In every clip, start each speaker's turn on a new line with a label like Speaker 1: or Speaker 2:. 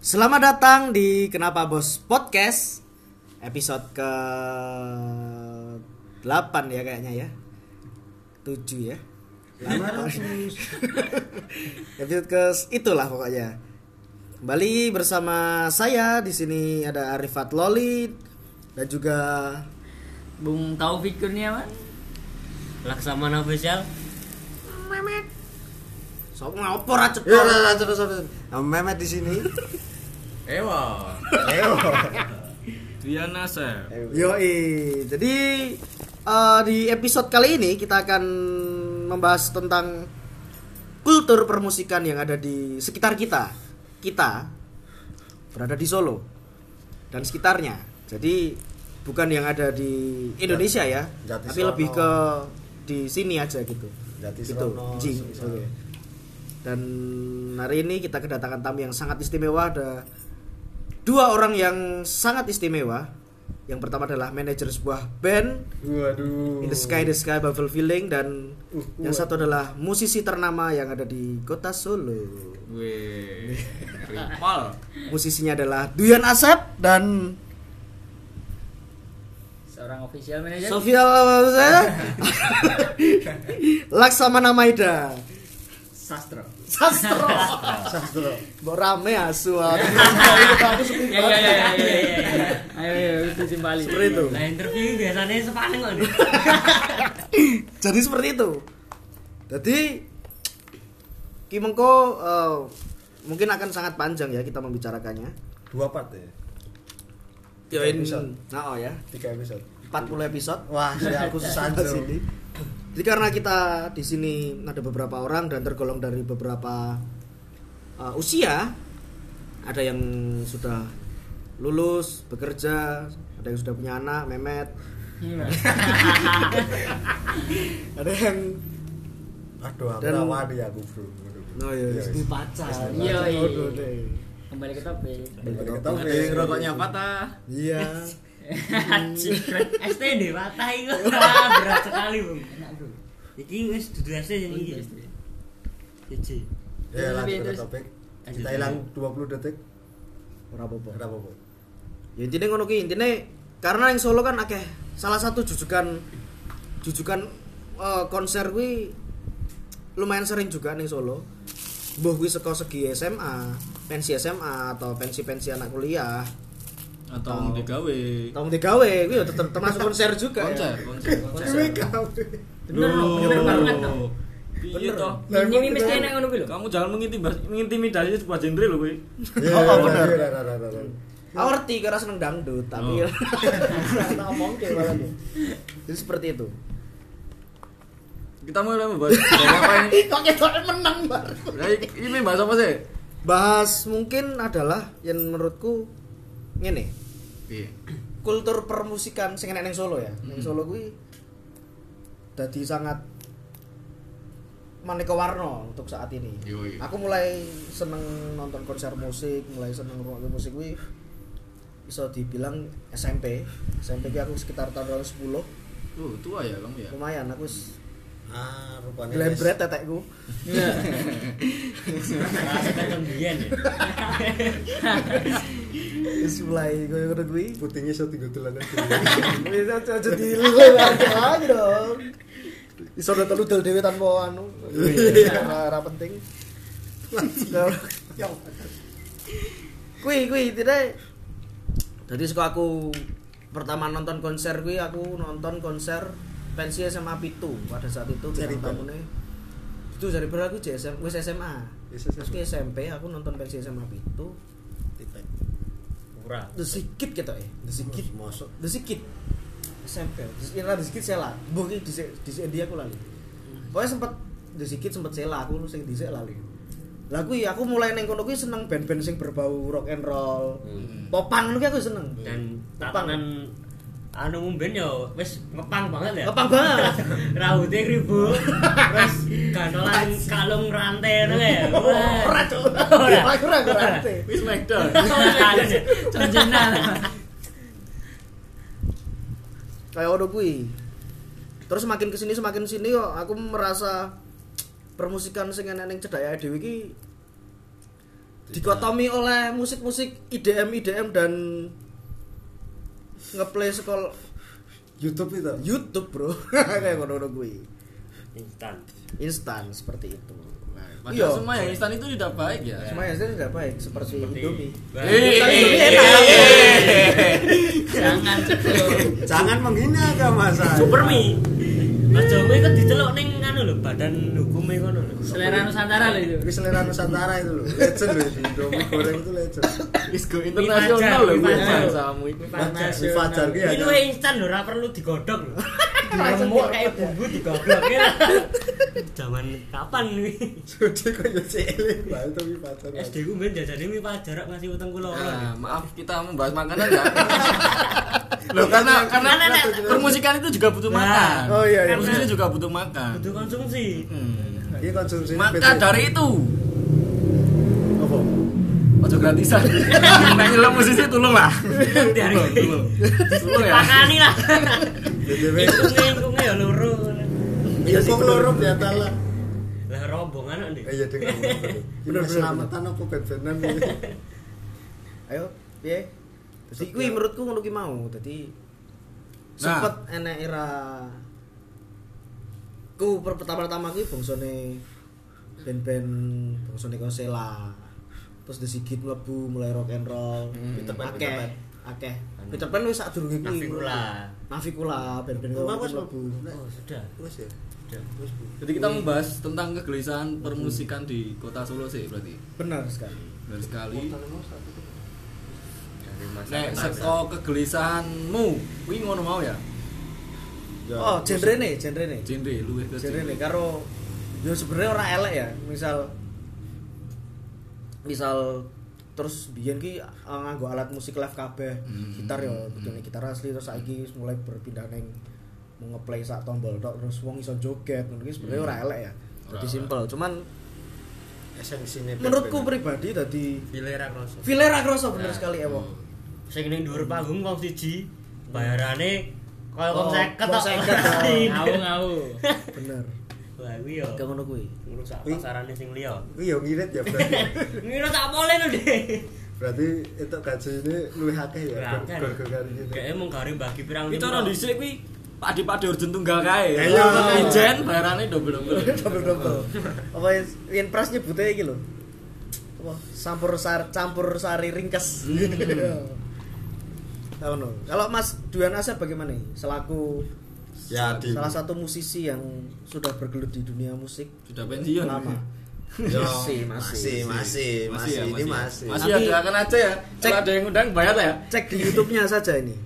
Speaker 1: Selamat datang di Kenapa Bos Podcast episode ke 8 ya kayaknya ya. 7 ya.
Speaker 2: Lama terus.
Speaker 1: Episode ke itulah pokoknya. Kembali bersama saya di sini ada Arifat Loli dan juga
Speaker 3: Bung Taufik Kurniawan.
Speaker 4: Laksamana official.
Speaker 1: sok ngopor acet.
Speaker 2: Ya, ya, ya, terus terus.
Speaker 1: Sama Mehmet di sini.
Speaker 5: Ewa. Dia Nasir.
Speaker 1: Yoi. Jadi eh, di episode kali ini kita akan membahas tentang kultur permusikan yang ada di sekitar kita. Kita berada di Solo dan sekitarnya. Jadi bukan yang ada di Indonesia ya,
Speaker 2: Jati
Speaker 1: tapi
Speaker 2: Sono.
Speaker 1: lebih ke di sini aja gitu.
Speaker 2: Jati
Speaker 1: gitu.
Speaker 2: Sono,
Speaker 1: Ji.
Speaker 2: Sono.
Speaker 1: Oke. Dan hari ini kita kedatangan tamu yang sangat istimewa ada dua orang yang sangat istimewa. Yang pertama adalah manajer sebuah band
Speaker 2: Waduh.
Speaker 1: In the Sky The Sky Buffalo Feeling dan
Speaker 2: Uh,
Speaker 1: yang satu adalah musisi ternama yang ada di kota Solo.
Speaker 5: Wih. Rival.
Speaker 1: Musisinya adalah Duyan Asep dan
Speaker 3: Seorang official manager.
Speaker 1: Sofia Laksamana Maida.
Speaker 3: Sastra.
Speaker 1: Sastro.
Speaker 2: Sastro.
Speaker 1: Mbok rame asu.
Speaker 3: Ya ya ya ya ya. ya. Ayo ayo itu simbali.
Speaker 1: Seperti itu.
Speaker 4: Nah interview biasanya sepaneng kok. nih.
Speaker 1: Jadi seperti itu. Jadi Ki Mengko eh, mungkin akan sangat panjang ya kita membicarakannya.
Speaker 2: Dua part ya. Tiga
Speaker 1: Join
Speaker 2: episode.
Speaker 1: nah oh ya,
Speaker 2: Tiga episode.
Speaker 1: 40 episode.
Speaker 2: Wah, saya aku
Speaker 1: Di
Speaker 2: sandro.
Speaker 1: sini. Jadi karena kita di sini ada beberapa orang dan tergolong dari beberapa uh, usia, ada yang sudah lulus, bekerja, ada yang sudah punya anak, memet, ada yang
Speaker 2: Aduh, aku
Speaker 1: Dan-
Speaker 2: rawan ya aku, Bro.
Speaker 1: Oh, iya, iya.
Speaker 2: Wis.
Speaker 3: pacar. Iya.
Speaker 2: Iya.
Speaker 3: iya.
Speaker 1: Aduh, deh.
Speaker 3: Kembali ke topik.
Speaker 2: Balik ke
Speaker 5: Ada
Speaker 2: topik.
Speaker 5: yang rokoknya patah.
Speaker 1: Iya.
Speaker 4: STD patah iku. Wah, Berat sekali, Bung. Enak, Bro. Iki wis dudu STD ini iki. Cici.
Speaker 2: Ya,
Speaker 3: Terus,
Speaker 2: lanjut ke
Speaker 3: terus.
Speaker 2: topik.
Speaker 4: Lanjut.
Speaker 2: Kita hilang 20 detik.
Speaker 1: Ora apa-apa.
Speaker 2: Kenapa, Bu?
Speaker 1: Ya intine ngono ki, intine karena yang Solo kan akeh salah satu jujukan jujukan eh, konser kuwi lumayan sering juga ning Solo. Mbah kuwi saka segi SMA, pensi SMA atau pensi-pensi anak kuliah.
Speaker 5: Atau DKW.
Speaker 1: Tahun digawe kuwi ya tetep termasuk konser juga
Speaker 5: Konser,
Speaker 1: ya.
Speaker 5: konser, konser.
Speaker 3: Bener, bener banget toh.
Speaker 5: Loh. Iya toh.
Speaker 3: Ini ini mesti enak ngono kuwi lho.
Speaker 5: Kamu jangan mengintimidasi, mengintimidasi sebuah genre loh, gue.
Speaker 2: Iya,
Speaker 1: Oh,
Speaker 2: iya,
Speaker 1: bener.
Speaker 2: iya, iya, iya, iya.
Speaker 1: Aku ngerti karena seneng dangdut, tapi
Speaker 5: Oh.
Speaker 1: tak omongke malah. Jadi seperti itu.
Speaker 5: Kita mulai membahas bahas apa ini?
Speaker 1: Kok ketok menang bar.
Speaker 5: Nah, Ini bahas apa sih?
Speaker 1: Bahas mungkin adalah yang menurutku ngene.
Speaker 5: Iya.
Speaker 1: kultur permusikan sing enak ning Solo ya. Ning Solo kuwi dadi sangat maneka warna untuk saat ini.
Speaker 5: Yoi.
Speaker 1: Aku mulai seneng nonton konser musik, mulai seneng ngrungokne musik kuwi bisa dibilang SMP. SMP ki aku sekitar tahun 2010.
Speaker 5: Tuh, tua ya kamu ya.
Speaker 1: Lumayan aku wis
Speaker 2: Ah, rupanya
Speaker 1: glebret tetekku.
Speaker 4: Rasa kan biyen ya.
Speaker 1: Wis mulai koyo ngono kuwi.
Speaker 2: putingnya satu gutulan aja.
Speaker 1: Wis aja aja dilele aja dong. Iso udah telu del dhewe tanpa anu. Ora ora penting. Kui kui tidak. Jadi suka aku pertama nonton konser kui aku nonton konser pensi SMA Pitu pada saat itu bintang
Speaker 2: Jaribel.
Speaker 1: tamune itu dari berapa aku JSM wis SMA
Speaker 2: Wis
Speaker 1: terus
Speaker 2: SMA.
Speaker 1: kui SMP aku nonton pensi SMA Pitu
Speaker 2: Titik.
Speaker 4: Murah.
Speaker 1: the sikit gitu eh the sikit
Speaker 2: Masuk.
Speaker 1: The Sikit SMP Ira The Sikit Sela Mbah iki dhisik dhisik endi aku lali Pokoknya sempet The Sikit sempet Sela aku sing dhisik lali Lah kuwi aku mulai ning kono kuwi seneng band-band sing berbau rock and roll Popang ngono kuwi aku seneng
Speaker 4: Dan
Speaker 1: Ngepang.
Speaker 4: Hmm. tatanan anu mumben yo wis ngepang banget ya.
Speaker 1: Ngepang banget.
Speaker 4: Rambutnya kribo. Terus gantolan kalung rantai ngono ya.
Speaker 1: Oh,
Speaker 4: Wah.
Speaker 1: Ora cuk
Speaker 4: Ora.
Speaker 1: Aku ora ngerti
Speaker 5: Wis McDonald.
Speaker 4: Kangen ya.
Speaker 3: Cenjenan.
Speaker 1: Kayak ngono kuwi Terus semakin kesini semakin sini yo aku merasa permusikan sing enak ning cedhake dhewe iki dikotomi oleh musik-musik IDM IDM dan ngeplay sekolah
Speaker 2: YouTube itu.
Speaker 1: YouTube bro kayak ngono-ngono gue
Speaker 4: instan
Speaker 1: instan seperti itu nah,
Speaker 5: Padahal semua yang instan itu tidak baik ya.
Speaker 1: semua yang instan tidak baik seperti, Indomie
Speaker 4: Nah,
Speaker 5: Eh,
Speaker 1: Tapi
Speaker 5: eh,
Speaker 1: Indomie enak.
Speaker 5: eh, eh,
Speaker 3: Jangan cekul.
Speaker 2: Jangan menghina agama saya.
Speaker 4: Supermi Mas Jokowi kan diceluk ning anu lho badan hukumnya kono lho
Speaker 3: Selera Nusantara loh itu.
Speaker 2: Ini selera Nusantara itu loh. Legend loh itu. Indomie goreng itu legend.
Speaker 5: Is go internasional loh
Speaker 4: Ini
Speaker 5: gue
Speaker 4: wajar.
Speaker 5: samu itu.
Speaker 2: Fajar, si Fajar ki
Speaker 4: Ini
Speaker 2: hanya-
Speaker 4: wae instan lho ora perlu digodhog lho diremuk kayak bumbu digodhog ya Zaman kapan nih
Speaker 2: Jadi kok ya cilik banget tapi Fajar.
Speaker 4: SD ku mben jajane mie pajarak ngasih utang kula
Speaker 5: Nah,
Speaker 4: ora
Speaker 5: maaf kita membahas makanan ya. Loh karena karena
Speaker 4: Makanan, Nek.
Speaker 5: permusikan itu juga butuh
Speaker 4: Nah.
Speaker 5: makan.
Speaker 2: Oh, iya, iya.
Speaker 5: Musik itu juga butuh makan.
Speaker 4: butuh konsumsi
Speaker 5: Hmm.
Speaker 2: Ini konsumsi
Speaker 5: Maka dari itu
Speaker 2: apa?
Speaker 5: Ojo gratisan. Nek nyelem musisi tulung lah.
Speaker 4: Dari-
Speaker 5: Tulung, tulung. Tulung ya.
Speaker 4: Pakani lah
Speaker 2: BTW.
Speaker 4: Ingkung-ingkungnya ya loro
Speaker 2: Iya sih. Kok loro ya talah.
Speaker 4: Lah rombongan kok, Dik.
Speaker 2: Eh, Iya dengan bener selamatan apa ben-benan ini?
Speaker 1: ayo piye jadi kui menurutku ngono ki mau jadi
Speaker 5: Nah.
Speaker 1: sempet enek era ku per- pertama-tama ki bangsane band-band bangsane Konsela terus The Sigit mlebu mulai rock and roll
Speaker 2: Peter Pan,
Speaker 1: akeh
Speaker 2: Peter Pan.
Speaker 1: akeh Peter Pan wis sadurunge kuwi
Speaker 4: Navikula.
Speaker 1: Navikula band-band karo
Speaker 2: Wes,
Speaker 1: mlebu
Speaker 4: Oh, sudah
Speaker 2: Wes ya. Wes, Bu.
Speaker 5: Jadi kita membahas tentang kegelisahan permusikan di Kota Solo sih berarti.
Speaker 1: benar sekali
Speaker 5: Benar sekali.
Speaker 4: Dari masa
Speaker 5: Nek
Speaker 4: ke masa.
Speaker 5: seko kegelisahanmu, kuwi ngono mau ya?
Speaker 2: Ya,
Speaker 1: oh genrene genrene
Speaker 5: Genre luwih ke
Speaker 1: jadi
Speaker 5: genre.
Speaker 1: nih karo yo sebenarnya orang elek ya misal misal terus biyen ki uh, nganggo alat musik live kabeh
Speaker 5: Hmm.
Speaker 1: gitar yo betulnya gitar asli terus saiki wis mulai berpindah neng mau ngeplay sak tombol tok terus wong iso joget ngono ki sebenarnya ora elek ya jadi
Speaker 5: elek.
Speaker 1: simple cuman
Speaker 2: esensine
Speaker 1: menurutku
Speaker 2: ben-benan.
Speaker 1: pribadi tadi
Speaker 4: Filera kroso.
Speaker 1: Vilera Grosso
Speaker 5: Nah.
Speaker 1: bener sekali Ewo
Speaker 5: Hmm.
Speaker 4: Sing ning dhuwur panggung wong siji bayarane kaya
Speaker 1: Oh,
Speaker 4: wong 50
Speaker 1: wong 50
Speaker 4: tok.
Speaker 1: tok.
Speaker 3: Ngau ngau.
Speaker 1: bener
Speaker 4: Lah kuwi yo
Speaker 1: kayak ngono kuwi
Speaker 4: ngrusak
Speaker 2: Kuwi-
Speaker 4: pasarane sing liya.
Speaker 2: Kuwi ya ngirit ya berarti.
Speaker 4: Ngira tak pole lho, Dik.
Speaker 2: Berarti itu gaji ini luwih akeh ya.
Speaker 4: Berangkat.
Speaker 2: Gor-gor gitu.
Speaker 4: Kayaknya mung gari bagi pirang lima.
Speaker 5: Kita orang dhisik kuwi Pakde-pakde urgen tunggal kae.
Speaker 2: Iya.
Speaker 5: Ijen bayarane double-double.
Speaker 1: double double apa yang- yang pras nyebutnya iki lho apa campur sar campur sari ringkes tahu no kalau mas Duan Asep bagaimana nih selaku
Speaker 2: Ya di
Speaker 1: salah satu musisi yang sudah bergelut di dunia musik
Speaker 5: Sudah pensiun.
Speaker 1: lama
Speaker 2: Ya,
Speaker 1: Masih, masih.
Speaker 2: masih, masih, masih,
Speaker 5: ya,
Speaker 2: ini
Speaker 5: ya.
Speaker 2: masih.
Speaker 5: Masih
Speaker 1: Tapi-
Speaker 5: ada akan aja ya.
Speaker 1: Cek.
Speaker 5: Kalau ada yang undang bayar ya.
Speaker 1: cek di YouTube-nya saja ini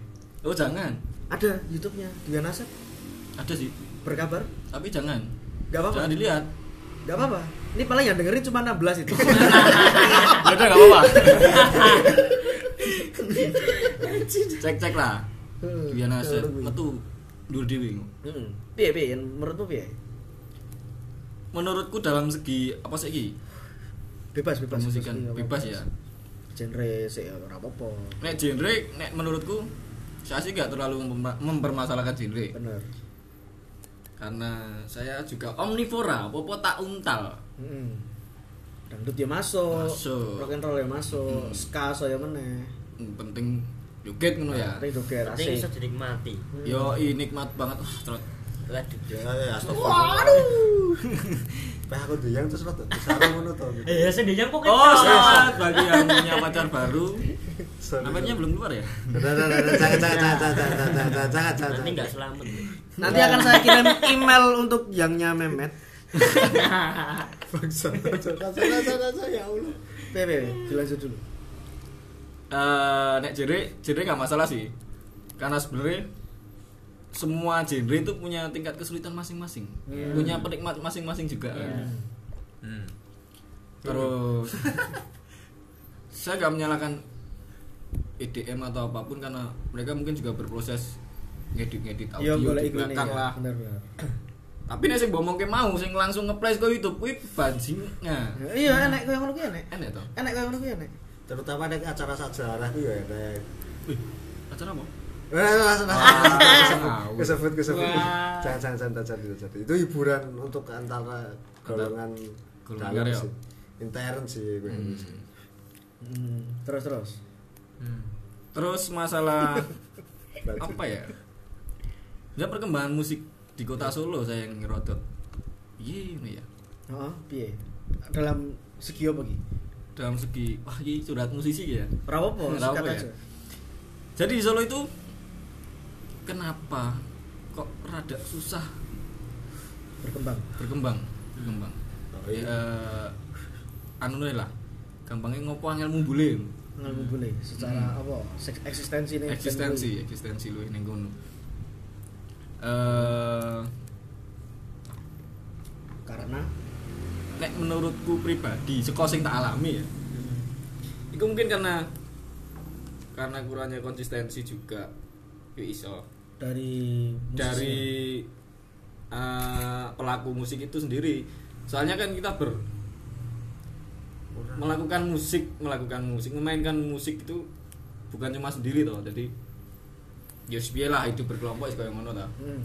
Speaker 5: Oh jangan.
Speaker 1: ada YouTube-nya Duan Asep
Speaker 5: Ada sih.
Speaker 1: berkabar
Speaker 5: Tapi jangan.
Speaker 1: Gak apa-apa.
Speaker 5: Jangan dilihat.
Speaker 1: Gak apa-apa ini paling yang dengerin cuma 16 itu Hmm.
Speaker 5: Ya udah enggak apa-apa. Cek-cek lah.
Speaker 2: Hmm,
Speaker 5: Biar nase metu ndur dhewe.
Speaker 1: Heeh. piye piye yang menurutmu piye
Speaker 5: Menurutku dalam segi apa sih iki?
Speaker 1: bebas bebas Iya,
Speaker 5: Permusikan
Speaker 1: Bebas,
Speaker 5: bebas ya.
Speaker 1: genre sih ora apa-apa
Speaker 5: Nek genre nek menurutku saya sih gak terlalu memperma- mempermasalahkan genre
Speaker 1: bener
Speaker 5: karena saya juga omnivora, popo tak untal.
Speaker 1: Mm. Dangdut ya masuk,
Speaker 5: Masuk.
Speaker 1: rock and roll ya masuk, ska saya meneh.
Speaker 5: Hmm, Penting joget ngono ya.
Speaker 1: Ring joget
Speaker 4: penting
Speaker 1: asik.
Speaker 4: iso dinikmati.
Speaker 5: Yo, i nikmat banget. Wah, trot.
Speaker 4: Waduh.
Speaker 2: Ya, ya, astagfirullah. Waduh. Pak aku diyang terus rada disarang ngono to.
Speaker 4: Eh, sing ndek kok
Speaker 5: Oh, selamat bagi yang punya pacar baru. Namanya belum keluar ya?
Speaker 2: Jangan, jangan, jangan, jangan, jangan, jangan, jangan, jangan.
Speaker 4: Nanti enggak selamat.
Speaker 1: Nanti akan saya kirim email untuk yangnya Memet.
Speaker 2: Bangsa. Jangan, jangan, jangan, jangan, ya Allah.
Speaker 1: Pepe, dilanjut dulu.
Speaker 5: Eh, nek genre, genre nggak masalah sih. Karena sebenarnya semua genre itu punya tingkat kesulitan masing-masing,
Speaker 1: Hmm.
Speaker 5: punya penikmat masing-masing juga. kan. Terus saya nggak menyalahkan EDM atau apapun karena mereka mungkin juga berproses ngedit-ngedit
Speaker 1: Yo
Speaker 5: audio
Speaker 1: Ya, Iya, boleh
Speaker 5: di
Speaker 1: ikut
Speaker 5: belakang lah.
Speaker 1: Bener bener.
Speaker 5: Tapi nek sing mbok omongke mau sing langsung nge-play ke YouTube kuwi bajingan.
Speaker 1: Iya, enak koyo ngono kuwi enak.
Speaker 5: Enak toh?
Speaker 1: Enak koyo ngono kuwi enak.
Speaker 2: Terutama nek acara sejarah itu ya enak.
Speaker 5: Wih, acara apa?
Speaker 2: Wah, wah, wah, wah.
Speaker 5: Wow.
Speaker 2: Ah, Kesebut, kesebut.
Speaker 3: Wah.
Speaker 2: Jangan, jangan, jangan, jangan, jangan, jangan. Itu hiburan untuk antara golongan
Speaker 5: Golongan
Speaker 2: dalam Hmm.
Speaker 5: ya? Hmm.
Speaker 2: sih. Intern sih gue.
Speaker 1: Mm, Terus terus.
Speaker 5: Terus masalah apa ya? Ya perkembangan musik di kota Solo saya yang ngerotot. Iya ini ya.
Speaker 1: Heeh, piye? Dalam segi apa iki?
Speaker 5: Dalam segi wah ini curhat musisi ya.
Speaker 1: Ora apa,
Speaker 5: Ora
Speaker 1: sikat
Speaker 5: apa ya.
Speaker 1: aja.
Speaker 5: Jadi di Solo itu kenapa kok rada susah
Speaker 1: Berkembang.
Speaker 5: berkembang berkembang
Speaker 2: Oh,
Speaker 5: Eh, anu nih lah gampangnya ngopo angel mumbule
Speaker 1: Ngalmu boleh secara apa? Sek- Eksistensi nih.
Speaker 5: eksistensi eksistensi lu ning kono eh
Speaker 1: Karena
Speaker 5: nek menurutku pribadi seko sing tak alami ya itu mungkin karena karena kurangnya konsistensi juga yo iso
Speaker 1: dari musisi.
Speaker 5: dari eh, pelaku musik itu sendiri soalnya kan kita ber melakukan musik melakukan musik memainkan musik itu bukan cuma sendiri toh jadi ya wis piye lah itu berkelompok kayak ngono ta
Speaker 1: Hmm.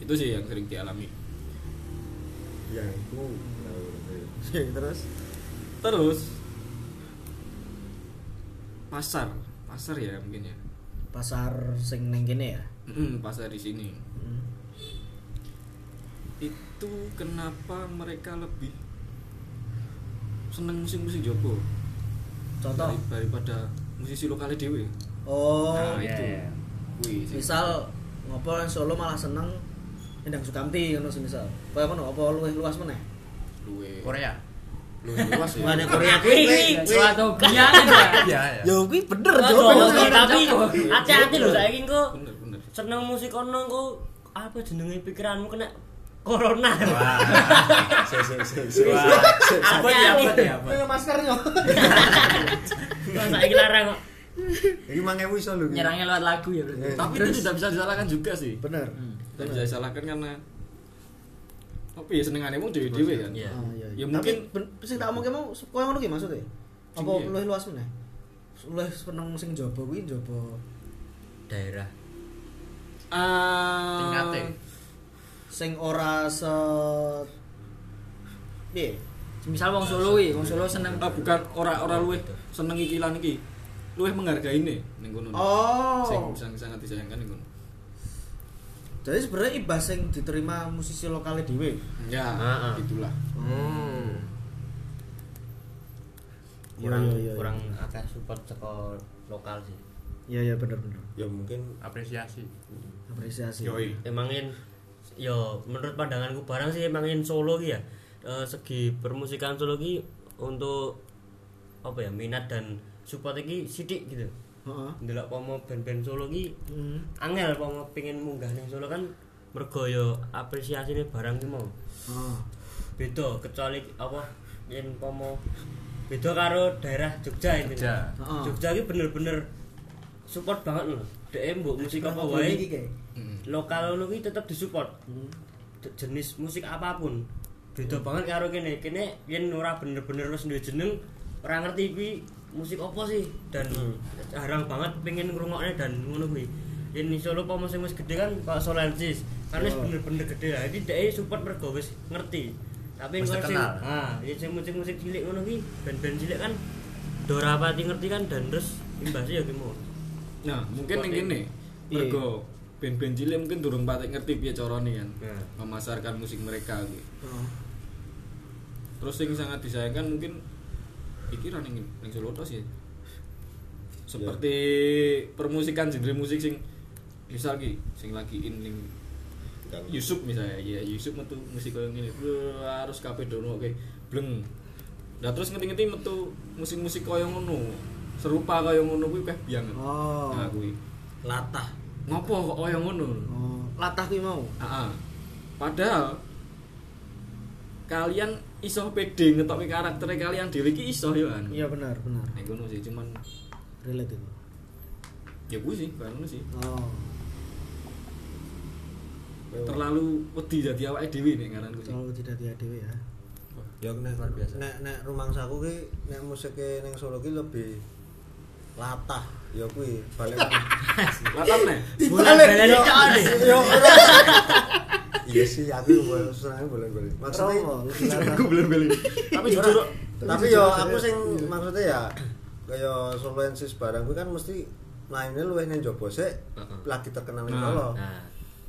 Speaker 5: itu sih yang sering dialami
Speaker 2: Ya, itu. Nah,
Speaker 1: terus
Speaker 5: terus pasar pasar ya mungkin ya
Speaker 1: pasar sing neng kene ya.
Speaker 5: Mm, pasar di sini
Speaker 1: Hmm.
Speaker 5: itu kenapa mereka lebih seneng musik-musik Jopo
Speaker 1: Contoh.
Speaker 5: Dari- Ah, daripada musisi lokalnya dewe
Speaker 1: Oh,
Speaker 5: nah
Speaker 4: iya,
Speaker 5: itu
Speaker 4: iya.
Speaker 5: Wih, sih.
Speaker 1: misal ngopo Solo malah seneng Endang Sukamti ngono semisal. Kaya ngono apa luwih luas meneh?
Speaker 5: luwe
Speaker 6: Korea
Speaker 5: luwe luas ya
Speaker 1: Mana Korea
Speaker 4: Wih,
Speaker 1: kuwi.
Speaker 3: Suatu biasa.
Speaker 6: ya
Speaker 1: Yo kuwi bener jawab
Speaker 4: Oh, Jawa,
Speaker 1: bener.
Speaker 4: tapi hati-hati loh saya kok
Speaker 5: bener bener
Speaker 4: seneng musik ono kok apa jenenge pikiranmu kena corona.
Speaker 2: Se se se se.
Speaker 6: apa ya
Speaker 4: Hati-hati.
Speaker 6: apa ya
Speaker 1: Kaya maskernya.
Speaker 4: Kok saiki larang kok.
Speaker 2: Iki Eh, mangen iso lho.
Speaker 3: Nyerangnya lewat lagu ya berarti.
Speaker 5: tapi itu tidak bisa disalahkan juga sih
Speaker 1: Bener.
Speaker 5: tidak bisa disalahkan karena tapi ya seneng wong dewe dewe kan
Speaker 6: Iya.
Speaker 1: Ah, iya, iya.
Speaker 5: Ya, mungkin-
Speaker 1: Tapi ben- sing tak omongke mau se- koyo ngono ki maksudnya. Apa
Speaker 5: Sing iya.
Speaker 1: luwih luas meneh? Luwih seneng sing jaba kuwi jaba
Speaker 6: daerah
Speaker 5: Ah,
Speaker 6: Tingkate.
Speaker 1: sing ora se piye?
Speaker 3: Misal wong Solo iki, wong Solo seneng
Speaker 5: ah, bukan ora ora luwe seneng iki lan iki luwe menghargai nih ning kono
Speaker 1: Oh.
Speaker 5: sing sing sangat disayangkan ning kono
Speaker 1: Jadi sebenarnya ibas sing diterima musisi lokalnya dhewe.
Speaker 5: ya
Speaker 6: Ah, ah.
Speaker 5: itulah
Speaker 6: kurang
Speaker 1: Iya, iya, iya.
Speaker 6: kurang akeh support saka lokal sih
Speaker 1: Iya iya bener bener.
Speaker 2: Ya mungkin
Speaker 6: apresiasi
Speaker 1: Apresiasi.
Speaker 5: yoi
Speaker 4: Emangin yo menurut pandanganku barang sih emangin Solo ki ya eh, segi permusikan Solo ki untuk apa ya minat dan support iki sithik gitu.
Speaker 1: Heeh.
Speaker 4: Ndelok pomo band-band Solo ki
Speaker 1: Hmm.
Speaker 4: angel pomo pengen munggah ning Solo kan mergo yo apresiasine barang ki mau.
Speaker 1: Ah.
Speaker 4: beda kecuali apa yen pomo beda karo daerah Jogja ini
Speaker 6: Jogja.
Speaker 1: Heeh.
Speaker 4: Jogja ini bener-bener support banget loh dm mbok musik apa
Speaker 1: Kenapa iki
Speaker 4: wae
Speaker 1: kayak?
Speaker 4: lokal lo ki tetep disupport D- jenis musik apapun
Speaker 6: Mm.
Speaker 4: beda banget karo kene kene yen ora bener-bener wis duwe jeneng ora ngerti kuwi musik apa sih dan
Speaker 6: Mm.
Speaker 4: jarang banget pengen ngrungokne dan ngono kuwi yen di Solo apa musik wis gede kan kok Solansis kan
Speaker 6: Oh.
Speaker 4: wis bener-bener gede lah iki dhek e support mergo wis ngerti tapi
Speaker 6: Wis
Speaker 4: kok sing
Speaker 6: terkenal.
Speaker 4: ha yen sing musik-musik cilik ngono kuwi band-band cilik kan Dora pati ngerti kan dan terus imbasnya ya gimana
Speaker 5: nah mungkin ning kene
Speaker 1: Iya.
Speaker 5: mergo band-band cilik mungkin durung patek ngerti piye carane kan
Speaker 4: Ya.
Speaker 5: memasarkan musik mereka gitu.
Speaker 1: Heeh.
Speaker 5: terus yang sangat disayangkan mungkin pikiran yang yang solo tos ya seperti permusikan genre musik sing misal ki sing lagi in ning Yusuf misalnya ya Yusuf metu musik koyo ngene Bro, harus kabeh dono oke bleng nah terus ngeti-ngeti metu musik-musik koyo ngono serupa koyo ngono kuwi kabeh biang
Speaker 1: Oh.
Speaker 5: nah kuwi
Speaker 4: latah
Speaker 5: ngopo kok koyo ngono
Speaker 1: Oh, latah kuwi mau.
Speaker 5: Aa. Padahal kalian iso pede ngetoki karakter kalian dhewe iki iso ya kan.
Speaker 1: Iya benar, benar.
Speaker 5: Nek ngono sih cuman
Speaker 1: Relate itu.
Speaker 5: ya kuwi sih kayak ngono sih.
Speaker 1: Oh.
Speaker 5: Terlalu wedi dadi awake dhewe nek ngaranku sih.
Speaker 6: Oh,
Speaker 1: Kalau tidak dia dewe ya.
Speaker 2: ya nek
Speaker 6: Luar biasa.
Speaker 2: nek nek rumangsaku ki nek musike ning Solo ki lebih latah ya kuwi balik
Speaker 5: Latam nek.
Speaker 2: yo iya sih aku boleh serang boleh boleh maksudnya
Speaker 1: Romo, lebih latah.
Speaker 5: Tapi jujur
Speaker 2: tapi yo aku sing maksudnya ya kaya soloensis barang kuwi kan mesti mainnya luwih nang jaba sik
Speaker 6: Heeh.
Speaker 2: lagi terkenal nang
Speaker 5: Nah,
Speaker 2: Solo.
Speaker 4: ah.
Speaker 6: Nah,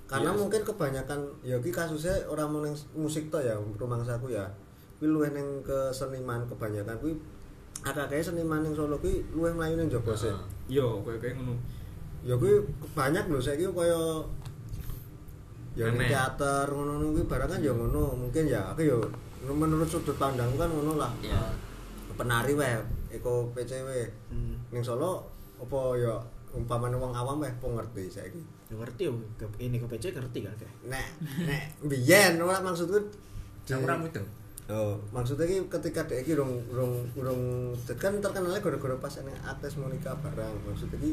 Speaker 2: Karena
Speaker 5: Iya.
Speaker 2: mungkin kebanyakan ya iki kasusnya orang mau nang musik to ya rumangsaku ya. Kuwi luwih nang ke seniman kebanyakan kuwi akeh seniman nang Solo kuwi luwih mlayu nang jaba sik.
Speaker 6: Heeh.
Speaker 5: yo kayak kayak ngono
Speaker 2: Ya kuwi banyak lho saiki kaya ya ning
Speaker 6: Memeh.
Speaker 2: teater ngono-ngono kuwi barang kan ya ngono. Mungkin ya aku ya menurut sudut pandangku kan ngono lah.
Speaker 6: ya.
Speaker 2: penari wae eko PCW
Speaker 1: Hmm.
Speaker 2: ning Solo apa ya umpamane wong awam wae po ngerti saiki
Speaker 1: Ya ngerti yo, ke- ini ke PC ngerti kan kayak.
Speaker 2: nek nek biyen ora maksudku di-
Speaker 6: Campur rambut dong.
Speaker 2: Oh, maksudnya ki ketika dek iki rong rong rong dek kan terkenalnya gara-gara pas nek artis Monica barang. Maksudnya ki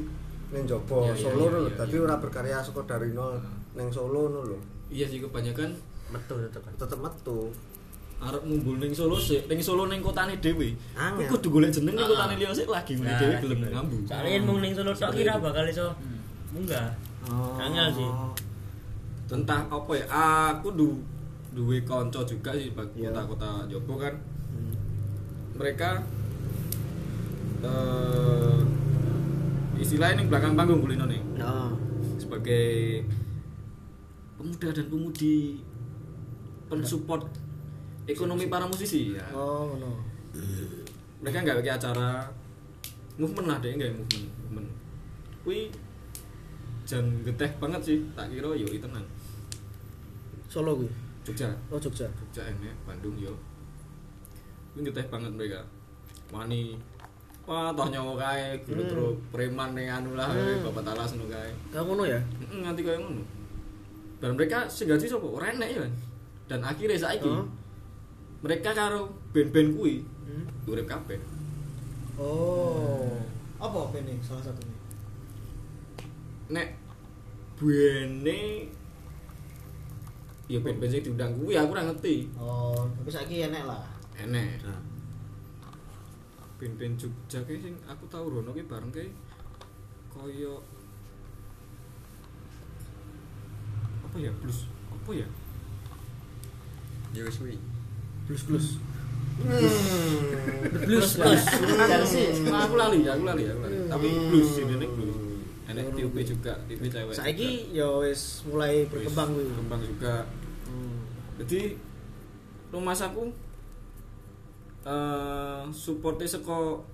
Speaker 2: ning
Speaker 5: Iya,
Speaker 2: jaba
Speaker 5: iya,
Speaker 2: Solo
Speaker 5: iya,
Speaker 2: lho,
Speaker 5: iya,
Speaker 2: dadi
Speaker 5: iya.
Speaker 2: ora berkarya saka dari nol ning Solo ngono lho.
Speaker 5: iya sih kebanyakan
Speaker 6: Metu tetep kan.
Speaker 2: Tetep metu.
Speaker 5: arep ngumpul ning Solo sik, ning Solo ning kotane dhewe.
Speaker 2: Angel.
Speaker 5: Kuwi kudu golek jeneng ning
Speaker 6: Ah.
Speaker 5: kotane liya sik lagi ngene
Speaker 6: Nah,
Speaker 5: dhewe
Speaker 6: lagi
Speaker 5: gelem
Speaker 6: golek.
Speaker 5: ngambu.
Speaker 4: Soalnya mung
Speaker 5: Hmm.
Speaker 4: ning Solo tok kira bakal iso munggah.
Speaker 2: Oh.
Speaker 4: Angel sih.
Speaker 5: Entah apa ya, aku du duwe kanca juga sih bag-
Speaker 1: Iya. Hmm.
Speaker 5: kota-kota Jopo kan. Mereka eh istilahnya ning belakang panggung kulino ning
Speaker 1: Nah,
Speaker 5: sebagai pemuda dan pemudi pensupport ekonomi para musisi ya.
Speaker 1: oh ngono.
Speaker 5: mereka nggak pakai acara movement lah deh nggak movement movement kui jam geteh banget sih tak kira yo tenan
Speaker 1: Solo kuwi.
Speaker 5: Jogja
Speaker 1: Oh Jogja.
Speaker 5: Jogja ini Bandung yo kui geteh banget mereka wani wah toh nyawa kae guru
Speaker 1: Hmm.
Speaker 5: truk preman ning anu lah eh,
Speaker 1: Hmm.
Speaker 5: bapak talas nu kae
Speaker 1: Kayak ngono ya?
Speaker 5: Mm, nganti kaya ngono dan mereka segaji sapa ora enek ya dan akhirnya saiki
Speaker 1: Oh.
Speaker 5: mereka karo band-band kui
Speaker 1: Hmm.
Speaker 5: urip kabeh
Speaker 1: Oh. Apa band ini salah satunya?
Speaker 5: nek buene ya band-band sing diundang kuwi aku ora ngerti
Speaker 1: Oh, tapi saiki enek lah.
Speaker 5: enek
Speaker 2: Nah.
Speaker 5: band-band Jogja kae sing aku tau rono ki bareng kae kaya apa ya blues apa ya
Speaker 6: Ya wis kuwi.
Speaker 1: Blues-blues.
Speaker 2: Hmm.
Speaker 1: Blues blues. Kan sih.
Speaker 5: Nah, aku lali aku lali aku lali tapi blues sih enek blues enek tiup juga tiup cewek juga.
Speaker 1: Saiki ya wis mulai
Speaker 5: Wis,
Speaker 1: berkembang kuwi.
Speaker 5: berkembang juga
Speaker 1: Hmm.
Speaker 5: jadi rumah saku eh supporte seko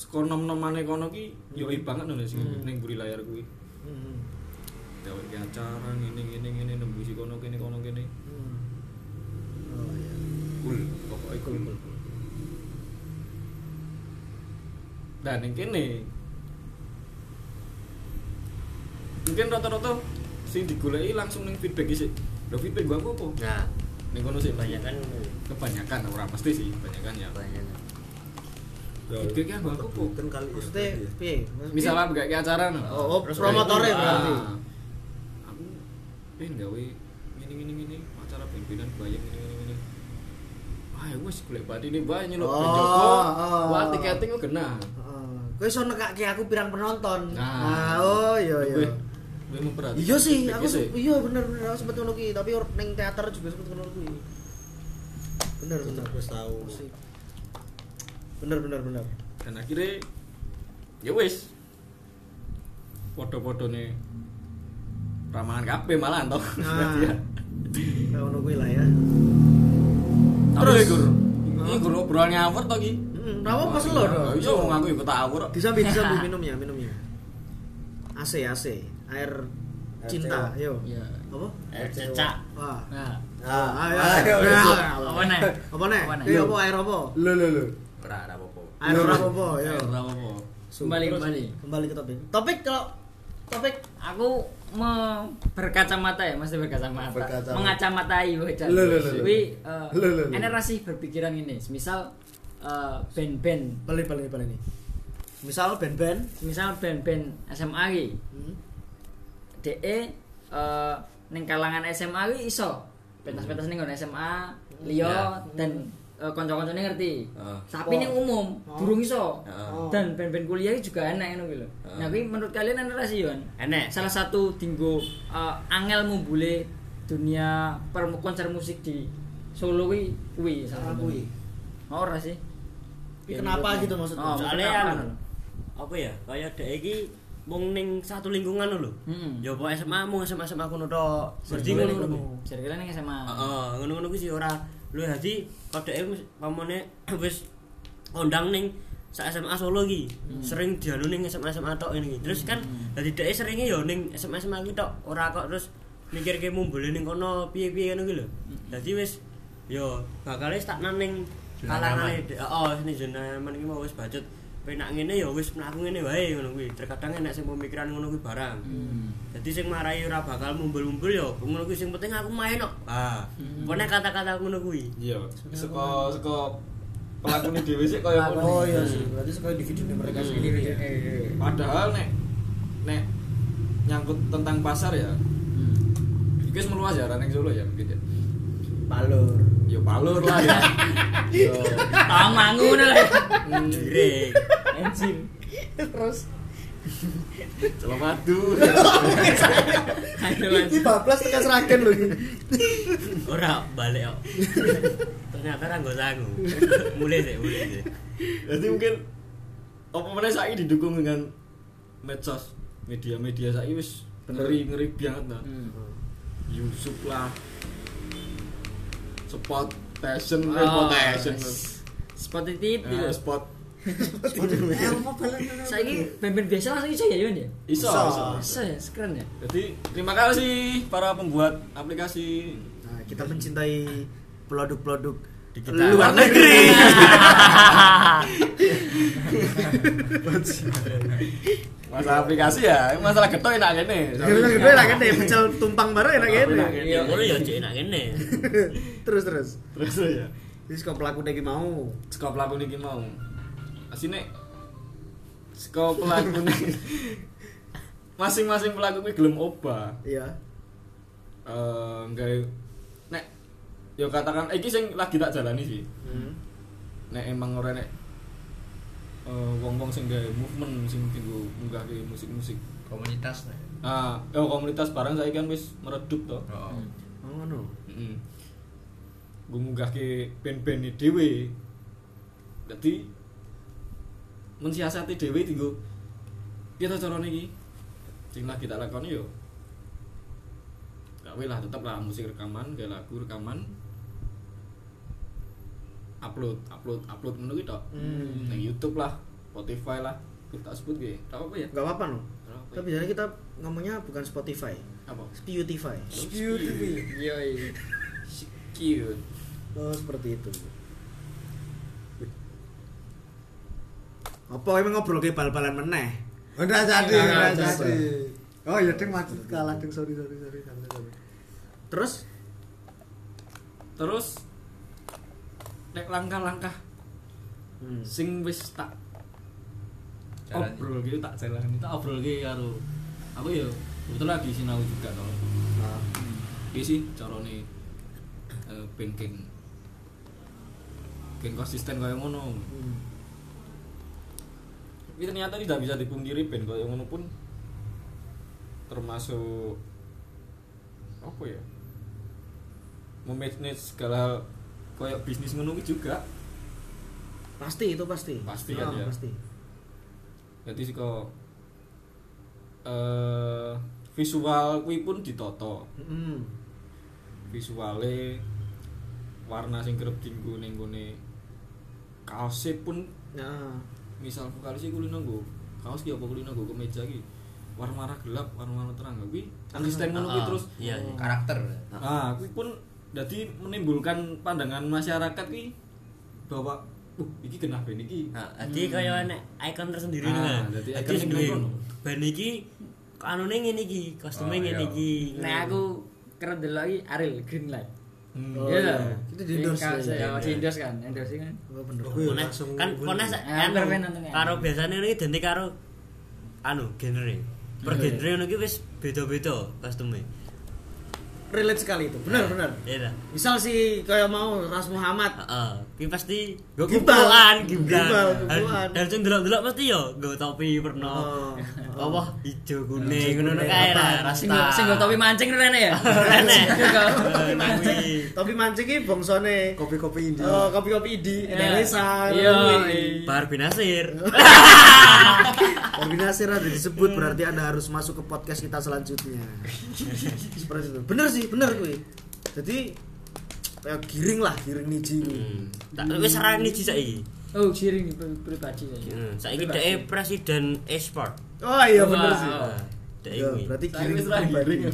Speaker 5: seko nom nomane kono ki yoi banget nulis sing
Speaker 1: Hmm.
Speaker 5: ning buri layar kuwi
Speaker 1: Hmm.
Speaker 5: gawe ki acara ngene ngene ngene nembusi kono kene kono kene
Speaker 1: Hmm. Oh iya.
Speaker 5: cool pokoke cool dan ning kene mungkin rata-rata sing digoleki langsung ning feedback sih lho feedback gua apa apa
Speaker 6: Nah,
Speaker 5: ning kono sih banyak
Speaker 4: Kebanyakan
Speaker 5: kebanyakan ora pasti sih kebanyakan ya
Speaker 6: banyak.
Speaker 5: Iki kan baku, Bu.
Speaker 2: Mungkin kali ya,
Speaker 1: Maksudnya
Speaker 2: berarti ya.
Speaker 1: piye?
Speaker 5: misalnya nggak kayak acara nih
Speaker 1: Oh, oh, promotore berarti.
Speaker 5: Ah. aku pengen gawe gini gini gini acara pimpinan bayang gini gini gini ah ya wes kulit badi nih banyak nyelok
Speaker 1: Oh,
Speaker 5: ke Joko
Speaker 1: oh.
Speaker 5: wah tiketing gue kena
Speaker 1: Heeh. Kowe iso nekake aku pirang penonton.
Speaker 5: Nah.
Speaker 1: Nah, oh iya iya.
Speaker 5: gue memperhatikan
Speaker 1: Iya sih,
Speaker 5: feedback
Speaker 1: aku
Speaker 5: sih.
Speaker 1: se- iya bener bener aku sempet ngono kuwi, tapi or- ning teater juga sempet ngono kuwi. Bener bener.
Speaker 2: Terus tahu.
Speaker 1: Musik. Bener bener bener.
Speaker 5: dan akhirnya ya wes podo-podo nih ramangan kape malahan toh
Speaker 1: Nah. Kayak ngono kuwi lah ya.
Speaker 5: terus
Speaker 1: Terus?
Speaker 5: iku iku lho, obrolan ngawur toh ki
Speaker 1: Hmm, rawon pas lo dong.
Speaker 5: iya wong aku ikut awur kok.
Speaker 1: Disambi disambi minumnya, minumnya. AC AC, air cinta,
Speaker 2: RCO.
Speaker 1: yo.
Speaker 3: Iya.
Speaker 1: Apa?
Speaker 4: eh, cecak.
Speaker 1: Wah.
Speaker 3: Nah,
Speaker 2: Ah,
Speaker 1: Ah, ya.
Speaker 2: ayo,
Speaker 1: Ya.
Speaker 2: besok.
Speaker 3: apa nih?
Speaker 1: Apa nih?
Speaker 3: Apa nih?
Speaker 1: Iya, apa air apa?
Speaker 2: Lho lho lho.
Speaker 6: Ora ora apa-apa.
Speaker 1: Air
Speaker 2: Lho.
Speaker 1: apa apa, yo.
Speaker 5: Air ora apa-apa.
Speaker 3: Kembali kembali.
Speaker 1: Kembali ke topik. Topik kalau topik
Speaker 3: Aku me berkacamata ya, masih berkacamata.
Speaker 2: Berkacamata.
Speaker 3: Mengacamatai bocah.
Speaker 2: Lho, lho, lho, lho.
Speaker 3: Kuwi eh,
Speaker 2: Lho, lho, lho.
Speaker 3: generasi berpikiran ini. Misal eh, band-band,
Speaker 1: balik balik balik nih. Misal band-band,
Speaker 3: misal band-band SMA iki.
Speaker 1: hmm,
Speaker 3: DE eh, ning kalangan SMA kuwi iso pentas-pentas ning nggon SMA liya dan eh, kanca-kancane ngerti.
Speaker 4: Ah.
Speaker 6: Heeh.
Speaker 3: Tapi ning umum durung iso.
Speaker 6: Heeh.
Speaker 3: Dan band-band kuliah iki juga enak ngono kuwi lho.
Speaker 6: Heeh.
Speaker 3: Nah kuwi menurut kalian enak sih Yon?
Speaker 4: Ah. Enek.
Speaker 3: Salah satu dinggo eh, angel mumbule dunia per
Speaker 1: Ah,
Speaker 3: konser musik di Solo kuwi kuwi
Speaker 1: Ora
Speaker 3: salah satu.
Speaker 1: kuwi.
Speaker 3: Ora sih.
Speaker 1: Ya, kenapa gitu maksudnya?
Speaker 3: Iya, Oh,
Speaker 4: Soalnya
Speaker 3: kenapa,
Speaker 4: anu,
Speaker 3: Nun?
Speaker 4: apa ya? Kaya dek iki mung ning satu lingkungan lho.
Speaker 3: Mm-mm.
Speaker 4: Ya apa SMA mu, SMA SMA kono tok. Berarti ngono Ah,
Speaker 3: Circle-nya
Speaker 4: ngono.
Speaker 3: ngono. Circle-nya ning SMA.
Speaker 4: Heeh, ngono-ngono kuwi sih ora luwih hati kok dek wis pamone wis ondang ning sak SMA Solo iki. Sering dianu ning SMA SMA tok ini. Terus kan dadi dek seringe ya ning SMA SMA kuwi tok ora kok terus mikirke mumbule ning kono piye-piye ngono kuwi lho. Dadi wis yo bakale stagnan ning
Speaker 6: Zona
Speaker 4: kalangan
Speaker 6: nyaman.
Speaker 4: ide oh ini zona nyaman iki mau wis bacut kowe nak ngene ya wis mlaku ngene wae ngono kuwi terkadang enak sing pemikiran ngono kuwi barang
Speaker 6: Hmm.
Speaker 4: jadi sing marai ora bakal mumbul-mumbul ya ngono kuwi sing penting aku main kok ah
Speaker 6: Hmm.
Speaker 4: pokoknya kata-kata ngono kuwi
Speaker 5: iya seko seko pelakunya dewi sih kaya ngono.
Speaker 2: Oh iya sih, berarti sekali individu nih
Speaker 3: Hmm.
Speaker 2: mereka sendiri
Speaker 3: Iya,
Speaker 2: ya.
Speaker 5: padahal nek nek nyangkut tentang pasar ya itu Hmm. wis meluas ya raneng solo ya mungkin ya
Speaker 2: Palur.
Speaker 5: yo palur lah ya yo
Speaker 3: Tamang ngono lho.
Speaker 6: Hmm.
Speaker 4: jreng
Speaker 3: Anjing.
Speaker 1: Terus
Speaker 5: celamadu
Speaker 3: Ayo Mas.
Speaker 1: ini bablas tekan Seragen lho ini.
Speaker 4: ora balik kok ternyata ra nggo sangu mulai sih mulai sih
Speaker 5: jadi mungkin apa mana saya didukung dengan medsos media-media saya wis ngeri ngeri banget nah
Speaker 3: Hmm.
Speaker 5: Yusuf lah spot fashion eh, spot fashion
Speaker 3: Oh, Spot
Speaker 1: Ya,
Speaker 3: titip
Speaker 5: Eh,
Speaker 3: gitu.
Speaker 5: spot
Speaker 3: Saiki ben-ben biasa langsung iso ya Yon ya.
Speaker 5: iso
Speaker 2: Iso.
Speaker 5: iso
Speaker 3: Iso ya, sekeren ya.
Speaker 5: jadi terima kasih para pembuat aplikasi
Speaker 1: Nah, kita mencintai produk-produk
Speaker 4: Digital.
Speaker 1: luar
Speaker 5: Nah.
Speaker 1: negeri.
Speaker 5: masalah aplikasi ya ini masalah getok enak gini
Speaker 1: Gila gede enak gede, kan, pecel tumpang bareng enak gede.
Speaker 5: Enak,
Speaker 4: ya ngono ya cek enak ngene
Speaker 1: Terus terus.
Speaker 5: terus ya
Speaker 1: Wis kok pelakune iki mau.
Speaker 5: saka pelaku niki mau asine saka pelaku niki masing-masing pelaku kuwi gelem obah
Speaker 1: Iya.
Speaker 5: eh gawe nek yo katakan eh, iki sing lagi tak jalani sih
Speaker 1: Hmm.
Speaker 5: nek emang ora nek eh, wong-wong sing gawe movement sing dienggo munggahke musik-musik
Speaker 6: Komunitas lah.
Speaker 5: ah yo komunitas barang saiki kan wis meredup to
Speaker 6: Oh.
Speaker 1: Oh no.
Speaker 5: Heeh. Gue munggahke band-band dhewe. Dadi mensiasati dhewe dienggo piye to carane iki? Sing lagi tak lakoni yo. Gawe lah tetep lah musik rekaman, gawe lagu rekaman. Upload, upload, upload ngono kuwi tok.
Speaker 1: Hmm.
Speaker 5: Nang YouTube lah, Spotify lah. Kuwi tak sebut ge. Tak apa ya?
Speaker 1: Enggak apa-apa no.
Speaker 5: Tak apa.
Speaker 1: Tapi biasanya kita ngomongnya bukan Spotify,
Speaker 5: apa?
Speaker 1: Spotify.
Speaker 5: Cute. Yo. Cute.
Speaker 1: Oh, seperti itu. Apa emang ngobrol ke bal-balan meneh?
Speaker 2: Udah jadi,
Speaker 1: Nah, nah,
Speaker 2: udah jadi.
Speaker 1: Oh iya, ding maksud kalah ding sorry sorry sorry sorry. sorry. Terus
Speaker 5: terus nek langkah-langkah
Speaker 1: Hmm.
Speaker 5: sing wis tak
Speaker 6: Jalani.
Speaker 5: obrol gitu tak jalani tak obrol gitu karo aku ya kebetulan lagi sinau juga toh
Speaker 1: Nah,
Speaker 5: iya sih carane eh ben geng geng konsisten kaya ngono tapi Hmm. ternyata tidak bisa dipungkiri ben kaya ngono pun termasuk apa ya memanage segala kaya bisnis ngono kuwi juga
Speaker 1: Pasti itu pasti.
Speaker 5: Pasti kan,
Speaker 1: Ah,
Speaker 5: ya.
Speaker 1: Pasti.
Speaker 5: jadi sih kok eh visual kuwi pun ditoto
Speaker 1: Mm.
Speaker 5: visuale warna sing kerep dienggo ning gone kaose pun
Speaker 1: Nah,
Speaker 5: misal vokalis iki kuwi nanggo kaos ki apa kuwi nanggo kemeja ki warna merah gelap warna warna terang kuwi konsisten ngono kuwi
Speaker 6: Ah,
Speaker 5: terus
Speaker 6: iya, iya.
Speaker 4: Oh.
Speaker 6: karakter.
Speaker 4: Ah.
Speaker 5: Nah, kuwi pun jadi menimbulkan pandangan masyarakat kuwi bahwa uh iki kena ben iki.
Speaker 6: Ah.
Speaker 4: Nah, jadi kaya enek ikon tersendiri
Speaker 5: Ah,
Speaker 4: nah.
Speaker 5: dadi
Speaker 4: Jadi
Speaker 5: ikon
Speaker 4: sing
Speaker 5: sendiri.
Speaker 4: duwe band iki anune ngene iki, kostume
Speaker 6: Oh,
Speaker 4: ngene
Speaker 6: iya.
Speaker 4: iki.
Speaker 3: Nek Nah, aku kerep delok iki Ariel Green Light.
Speaker 5: Hmm.
Speaker 1: Oh,
Speaker 3: Iya
Speaker 1: iya.
Speaker 3: toh?
Speaker 1: Itu di endorse
Speaker 3: Yang kaos,
Speaker 1: ya.
Speaker 3: ya, masih endorse kan, endorse kan.
Speaker 1: gua bener.
Speaker 2: Aku ya
Speaker 4: Kone-
Speaker 2: langsung
Speaker 4: kan
Speaker 2: bunyi.
Speaker 4: kone sak- kan
Speaker 3: Hampir men untungnya.
Speaker 4: karo biasane ini identik karo anu genre. Per genre ngono iki wis beda-beda kostume.
Speaker 1: relate sekali itu. Benar, benar.
Speaker 4: Iya.
Speaker 1: Misal si kayak mau Ras Muhammad
Speaker 4: Heeh, ki pasti nggo
Speaker 1: Gimbal.
Speaker 4: kumpulan,
Speaker 1: Gimbal,
Speaker 4: gimbal.
Speaker 1: kumpulan.
Speaker 4: Dan sing delok-delok mesti yo nggo topi
Speaker 1: Oh,
Speaker 4: werna
Speaker 1: oh.
Speaker 4: apa ijo kuning ngono
Speaker 1: kuning,
Speaker 4: kae
Speaker 1: apa?
Speaker 4: ra
Speaker 3: Sing
Speaker 4: rasta.
Speaker 3: sing nggo topi mancing rene ya.
Speaker 4: Rene.
Speaker 1: topi mancing, topi mancing iki bongsone
Speaker 2: kopi-kopi ini
Speaker 1: oh, kopi-kopi di Indonesia.
Speaker 3: Iya.
Speaker 4: Bar binasir.
Speaker 1: Koordinasi ada disebut berarti Anda harus masuk ke podcast kita selanjutnya. Seperti itu. Bener sih, bener gue. Jadi kayak giring lah, giring niji gue.
Speaker 4: Tak wis ra niji saiki.
Speaker 3: Oh, giring pri- pribadi ya.
Speaker 1: Iya.
Speaker 3: saya.
Speaker 4: Heeh, Saiki dhek presiden e-sport.
Speaker 1: Oh iya bener
Speaker 3: Wow.
Speaker 1: sih.
Speaker 5: Ah,
Speaker 4: Dhek
Speaker 2: ya,
Speaker 4: iki.
Speaker 2: berarti
Speaker 5: Saya ini
Speaker 2: giring
Speaker 5: serah
Speaker 2: pribadi.
Speaker 5: giring.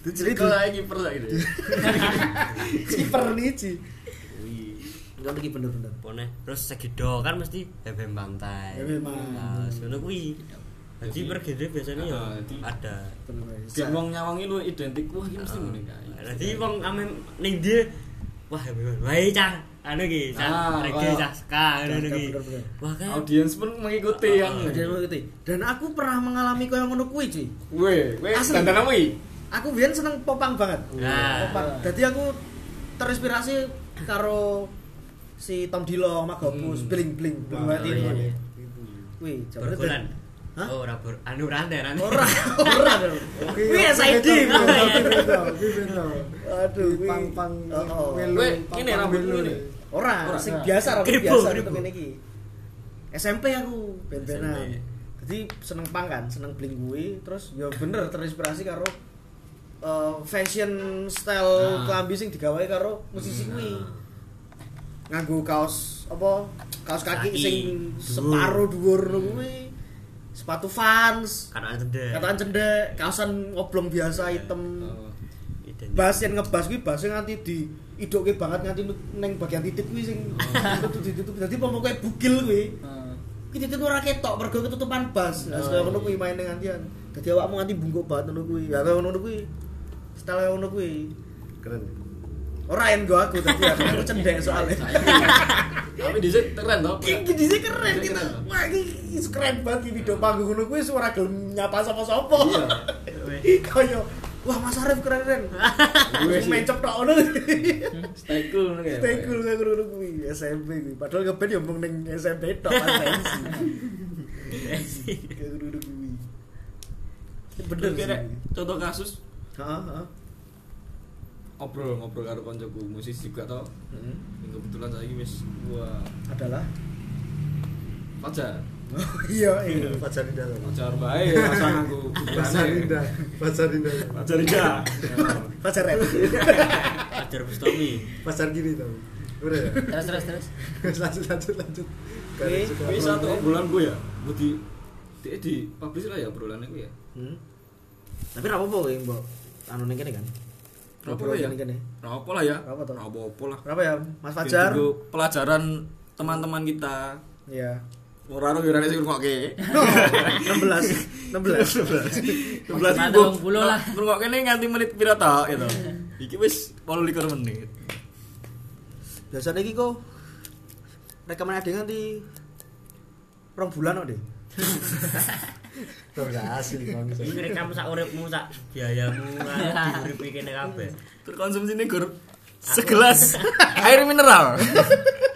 Speaker 1: Itu jadi
Speaker 5: Jadi kalau lagi pernah gitu.
Speaker 1: kiper niji. Enggak lagi bener-bener.
Speaker 4: Pone terus segido kan mesti hebem pantai.
Speaker 1: Hebem pantai.
Speaker 4: Nah, ngono kuwi. Jadi
Speaker 5: Jadi-
Speaker 4: pergede biasanya ya
Speaker 5: Ah, jadi-
Speaker 4: ada Ah.
Speaker 5: Gen wong nyawangi lu identik wah iki mesti ngene kae.
Speaker 4: Dadi wong ame ning dia wah hebat. Wae cah anu ki,
Speaker 5: Ah,
Speaker 4: cah reggae
Speaker 5: kayak-
Speaker 4: cah ska ngono ki.
Speaker 1: bener-bener.
Speaker 4: Wah kan
Speaker 5: Audiens pun ah, mengikuti yang
Speaker 1: Jadi lo gitu. Dan aku pernah mengalami kau yang ngono kuwi cuy.
Speaker 5: Weh, weh
Speaker 1: Asli.
Speaker 5: dandan apa iki?
Speaker 1: Aku biyen seneng popang banget.
Speaker 4: Nah.
Speaker 1: Popang. Jadi aku terinspirasi karo si Tom Dilong, Mak Gopus, bling bling, bling
Speaker 2: Wah,
Speaker 1: banget
Speaker 4: iya,
Speaker 1: ini.
Speaker 4: iya.
Speaker 1: Wih, jaman itu-
Speaker 4: berbulan.
Speaker 1: Hah?
Speaker 4: Oh, ora bur anu Ah. rante rante.
Speaker 1: Ora, ora. Wih, SID.
Speaker 2: Aduh,
Speaker 1: kuwi.
Speaker 2: pang-pang
Speaker 1: Oh, oh.
Speaker 2: melu,
Speaker 5: Weh,
Speaker 2: pang-pang
Speaker 5: ini rambut
Speaker 2: melu
Speaker 5: ini.
Speaker 2: nih.
Speaker 1: Ora,
Speaker 5: Ora.
Speaker 1: sing biasa rambut
Speaker 4: Kribo,
Speaker 1: biasa
Speaker 4: kribo.
Speaker 1: untuk ngene iki. SMP aku ben-benan.
Speaker 4: SMP.
Speaker 1: Jadi seneng pang kan, seneng bling kuwi, terus ya bener terinspirasi karo eh, fashion style
Speaker 5: Nah.
Speaker 1: klambi sing digawe karo musisi kuwi. Nganggo kaos apa? Kaos kaki,
Speaker 4: Kaki.
Speaker 1: sing separo dhuwur kuwi. Sepatu Vans.
Speaker 4: Karena itu deh.
Speaker 1: Kataan cendek, kaosan oblong biasa hitam.
Speaker 5: Oh.
Speaker 1: bas yang ngebas kuwi bas nganti di idoke banget nganti neng bagian titik kuwi sing tutup ditutup dadi pomo kowe bugil kuwi
Speaker 3: Hmm.
Speaker 1: kuwi titik ora ketok mergo ketutupan bas nah kaya ngono kuwi maine ngantian dadi awakmu nganti bungkuk banget ngono kuwi ya kaya ngono kuwi style kaya ngono kuwi
Speaker 2: Keren.
Speaker 1: ora yen go aku dadi aku aku cendek soalnya
Speaker 5: Tapi dhisik keren to.
Speaker 1: Iki dise keren
Speaker 5: Dhisik
Speaker 1: kita.
Speaker 5: keren, Pak.
Speaker 1: Wah, iki is keren banget iki video panggung ngono kuwi ora gelem nyapa sapa-sapa. Kaya wah Mas Arif keren-keren. Wis mencep tok ngono.
Speaker 5: Stay cool ngono kae.
Speaker 1: Stay cool kayak ngono kuwi SMP kuwi. Padahal ngeband yo mung ning SMP tok asensi. Kayak ngono kuwi. Bener
Speaker 5: Bener
Speaker 1: sih.
Speaker 5: kira contoh kasus
Speaker 1: Heeh, heeh.
Speaker 5: ngobrol ngobrol karo koncoku musisi juga tau
Speaker 1: Heeh.
Speaker 5: Yang kebetulan saya wis wah
Speaker 1: Adalah
Speaker 5: pacar
Speaker 1: Oh iya, iya.
Speaker 2: Pacar Rinda.
Speaker 5: pacar baik ya pasanganku
Speaker 2: Pacar Rinda. Pacar Rinda.
Speaker 5: pacar Rinda
Speaker 1: Pacar rap.
Speaker 4: Ajar Bustomi.
Speaker 2: Pacar gini tau. Udah ya.
Speaker 3: Terus terus terus.
Speaker 2: lanjut lanjut lanjut.
Speaker 1: Oke,
Speaker 2: Gak ada juga.
Speaker 5: wis satu obrolan gue ya gue di di, di publish lah ya obrolannya gue ya
Speaker 1: Hmm. Tapi ra apa-apa kuwi, Mbok. Anu ning kene kan.
Speaker 5: Rapopo ya?
Speaker 1: Ning kene.
Speaker 5: Rapopo lah ya
Speaker 1: Apa toh?
Speaker 5: Rapopo lah
Speaker 1: Berapa ya, Mas Fajar?
Speaker 5: Itu pelajaran teman-teman kita
Speaker 1: Iya.
Speaker 5: Orang orang Yunani sih ngurungok ke
Speaker 1: 16 16
Speaker 5: Sebelas
Speaker 3: Maksimal
Speaker 5: ribu
Speaker 3: 80 lah.
Speaker 5: Ngurungok ini nganti menit pira tau gitu Iki wis 28 menit
Speaker 1: biasanya iki kok rekaman adegan di rong bulan kok deh
Speaker 2: Terkasih bangsa.
Speaker 4: Iki rekam sak uripmu sak biayamu kan diuripi kene kabeh.
Speaker 5: terkonsumsi ini gur segelas air mineral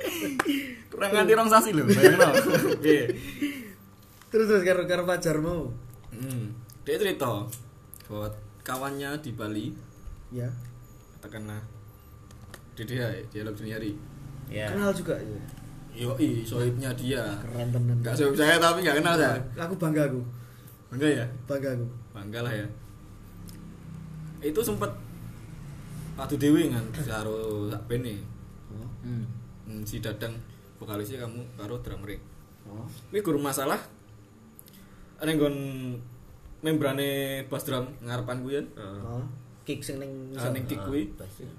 Speaker 5: kurang nganti rong sasi lho bayangno piye
Speaker 1: terus terus karo karo pacarmu
Speaker 5: hmm. dia cerita bahwa kawannya di Bali
Speaker 1: ya
Speaker 5: katakanlah DDI dialog dini hari
Speaker 4: Ya.
Speaker 1: kenal juga ya.
Speaker 5: yoi sohibnya dia
Speaker 1: keren tenan
Speaker 5: gak sohib saya tapi gak kenal saya
Speaker 1: aku bangga aku
Speaker 5: bangga ya
Speaker 1: bangga aku
Speaker 5: bangga lah ya itu sempet padu dewi kan karo sak bene
Speaker 3: Hmm.
Speaker 5: Hmm, si Dadang vokalisnya kamu karo drummer e.
Speaker 1: Oh.
Speaker 5: Ini guru masalah. Renggon membrane bass drum ngarepan kuwi kan.
Speaker 1: oh kick sing ning
Speaker 5: Ah, ning kick kuwi.
Speaker 1: iya.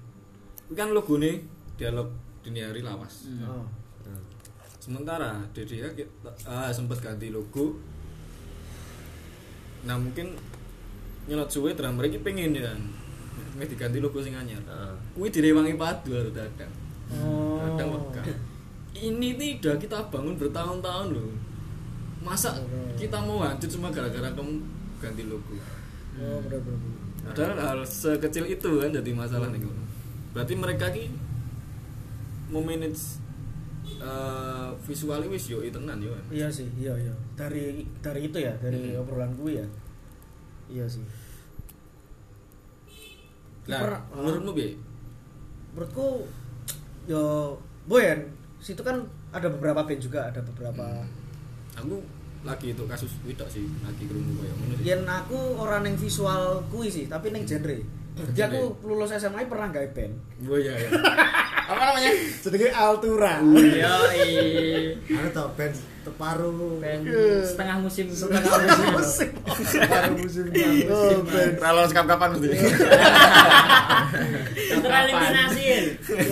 Speaker 5: Kuwi kan logone dialog dunia hari lawas.
Speaker 1: oh
Speaker 5: Sementara DDH kita ah, sempat ganti logo. Nah, mungkin nyelot suwe drummer iki pengen ya kan. Meh diganti logo sing anyar. Kuwi direwangi padu karo Dadang. Dadang wegah. Ini nih udah kita bangun bertahun-tahun loh. Masa kita mau hancur cuma gara-gara kamu ganti logo?
Speaker 1: oh bener bener bener.
Speaker 5: Padahal hal sekecil itu kan jadi masalah nih. Berarti mereka ki memanage eh visual wis yo tenan yo.
Speaker 1: Iya sih, iya iya. Dari dari itu ya, dari
Speaker 5: Mm-mm.
Speaker 1: obrolan gue ya. Iya sih.
Speaker 5: Nah,
Speaker 1: Per-
Speaker 5: menurutmu bi?
Speaker 1: Menurutku yo Boyen, situ kan ada beberapa band juga, ada beberapa
Speaker 5: Aku lagi itu kasus widok sih, lagi kerungu kayak ngono sih.
Speaker 1: Yen aku orang yang visual kui sih, tapi neng genre. Jadi aku lulus SMA pernah gawe band.
Speaker 5: Gua ya. ya. Apa namanya?
Speaker 1: Sedikit altura.
Speaker 3: Iya, i.
Speaker 2: Ada tau band teparu.
Speaker 3: Ben,
Speaker 1: Iya.
Speaker 3: setengah musim
Speaker 2: Setengah musim. Teparu musim.
Speaker 1: Oh, band.
Speaker 5: Kalau sekap kapan mesti.
Speaker 3: tereliminasin.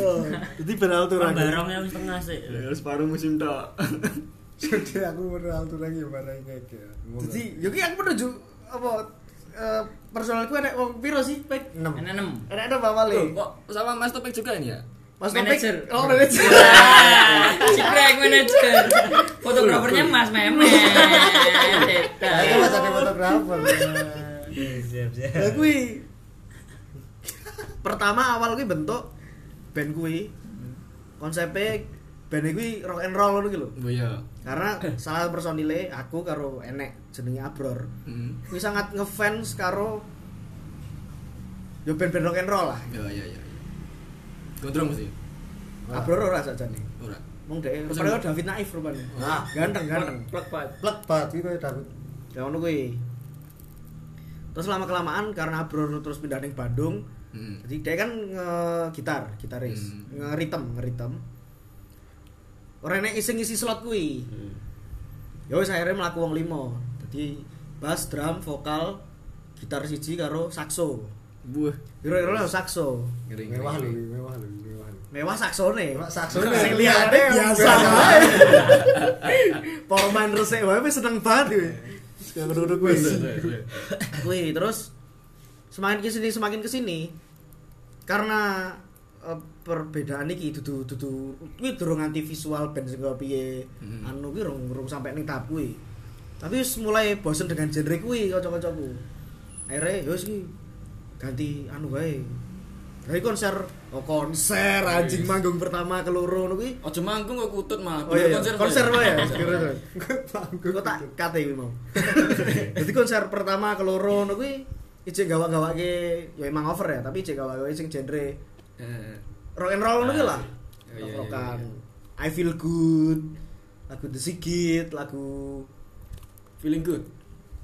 Speaker 1: Oh, Jadi band altura.
Speaker 4: Barongnya wis tengah sih.
Speaker 5: separuh musim tok.
Speaker 2: Jadi aku menurut tuh lagi barang kayak gitu.
Speaker 1: Jadi yo ki aku menuju apa eh, personalku enek wong piro sih, Pek?
Speaker 2: enam.
Speaker 3: Enak enam.
Speaker 1: Enek ada Bapak Le.
Speaker 5: Kok sama Mas Topik juga ini ya?
Speaker 1: Mas Topik.
Speaker 3: Manager.
Speaker 1: Oh, manajer.
Speaker 3: Ciprek manager. Fotografernya Mas Memet.
Speaker 2: Aku
Speaker 3: Tetep.
Speaker 2: masih ada fotografer.
Speaker 4: Siap siap.
Speaker 1: Ya kui. Pertama awal kui bentuk band kui. Konsepnya band kui rock and roll ngono ki lho.
Speaker 5: Gua ya.
Speaker 1: Karena salah personile aku karo enek jenenge Abror.
Speaker 5: Hmm.
Speaker 1: Kui sangat ngefans karo yo band-band rock and roll lah.
Speaker 5: Ya ya ya. Gondrong mesti.
Speaker 1: Abror ora sajane.
Speaker 5: Ora.
Speaker 1: Wong dhek
Speaker 5: Ah. Terus Ah.
Speaker 1: padahal
Speaker 5: yang-
Speaker 1: David Naif rupane.
Speaker 2: Nah,
Speaker 1: Ganteng ganteng.
Speaker 3: Plek Pak.
Speaker 2: plek banget iki koyo David.
Speaker 1: Ya ngono kui. Terus lama kelamaan karena Abror terus pindah ning Bandung,
Speaker 5: Hmm.
Speaker 1: Jadi dia kan nge-gitar, gitaris,
Speaker 5: Hmm.
Speaker 1: nge-rhythm, nge-rhythm. Ora enek iseng ngisi slot kuwi. Ya wis akhirnya mlaku wong limo. Jadi bass, drum, vokal, gitar siji karo sakso.
Speaker 5: Buah.
Speaker 1: Kira-kira lah sakso.
Speaker 5: Ngeri. ngeri,
Speaker 2: Mewah lho,
Speaker 5: ngeri.
Speaker 2: iki, mewah lho, iki, mewah. lho.
Speaker 1: Mewah saksone.
Speaker 2: Cuma saksone
Speaker 1: Sing liyane biasa wae. Porman resik wae wis seneng banget kuwi.
Speaker 2: Yang duduk
Speaker 5: Wes,
Speaker 2: wis.
Speaker 5: wes, wes, wes.
Speaker 1: Wih, terus semakin kesini semakin kesini karena eh, perbedaan iki dudu dudu kuwi durung nganti visual band sing kaya piye
Speaker 5: Hmm.
Speaker 1: anu kuwi rung rung sampe ning tahap kuwi. Tapi wis mulai bosen dengan genre kuwi kanca-kancaku. Akhirnya yo wis ki ganti anu wae. Dari konser, oh konser anjing manggung pertama keloro ngono kuwi.
Speaker 5: Ojo manggung kok kutut malah.
Speaker 1: Oh iya, iya.
Speaker 5: Konser,
Speaker 1: konser wae ya. kira-kira.
Speaker 2: Panggung.
Speaker 1: Kok tak kate kuwi mau. Dadi konser pertama keloro ngono kuwi ijek gawak-gawake ya emang over ya, tapi ijek gawak-gawake sing genre
Speaker 5: Eh,
Speaker 1: rock and roll ngono kuwi lah.
Speaker 5: Oh, iya, iya,
Speaker 1: Rock-rockan.
Speaker 5: iya.
Speaker 1: I feel good. Lagu The Sigit, lagu
Speaker 5: Feeling good.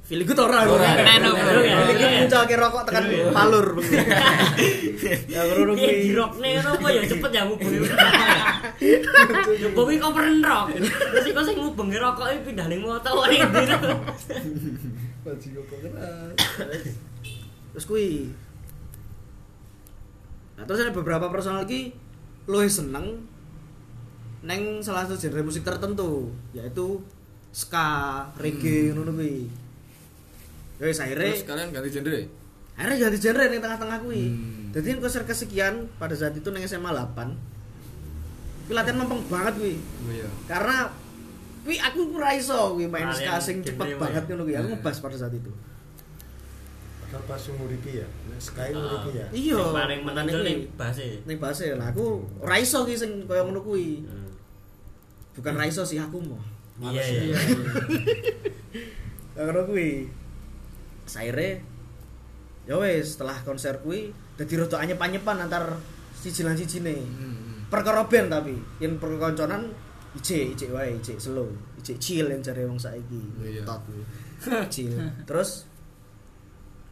Speaker 1: Feel good ora aku.
Speaker 5: Ora.
Speaker 1: Nano.
Speaker 3: Nano, ya.
Speaker 1: Feel good ngucapke rokok tekan palur. bengi. Ya ngono
Speaker 3: Piye
Speaker 1: kuwi.
Speaker 3: dirokne ngono apa ya cepet ya ngubengi. Jokowi kok peren rok. Terus iku sing ngubengi rokoke pindah ning motor ning ndi.
Speaker 2: Bajingan kok keras.
Speaker 1: Terus kui. Nah, terus ada beberapa personal lagi lu seneng neng salah satu genre musik tertentu yaitu ska, reggae ngono kuwi. Ya wis
Speaker 5: Hmm. Terus
Speaker 1: akhirnya
Speaker 5: kalian ganti genre.
Speaker 1: akhirnya ganti genre ning tengah-tengah kuwi.
Speaker 5: Hmm.
Speaker 1: Jadi ini konser kesekian pada saat itu neng SMA 8. Kuwi latihan mempeng banget kuwi.
Speaker 5: Gua ya.
Speaker 1: Karena kuwi aku ora iso kuwi main ska
Speaker 4: Kalian
Speaker 1: sing
Speaker 4: genre,
Speaker 1: cepet
Speaker 4: Mas.
Speaker 1: banget ngono kuwi. Aku
Speaker 5: Hmm.
Speaker 1: ngebas pada saat itu.
Speaker 2: Padahal pas umur iki ya. Nek Sky umur iki ya.
Speaker 1: Ah. Iya.
Speaker 4: Sing Paling menonjol
Speaker 1: makanya
Speaker 4: ning
Speaker 1: kuwi.
Speaker 4: base.
Speaker 1: ning base e lah aku ora iso ki sing kaya ngono kuwi bukan ra iso sih aku mau
Speaker 4: Iya iya.
Speaker 1: kaya ngono kuwi saire ya wes setelah konser kuwi dadi rada anyep-anyepan antar siji lan sijine
Speaker 5: Hmm.
Speaker 1: perkara band tapi yen perkonconan ijik ijik wae ijik slow ijik chill yang cari wong saiki
Speaker 5: Iya.
Speaker 1: tot kuwi. chill terus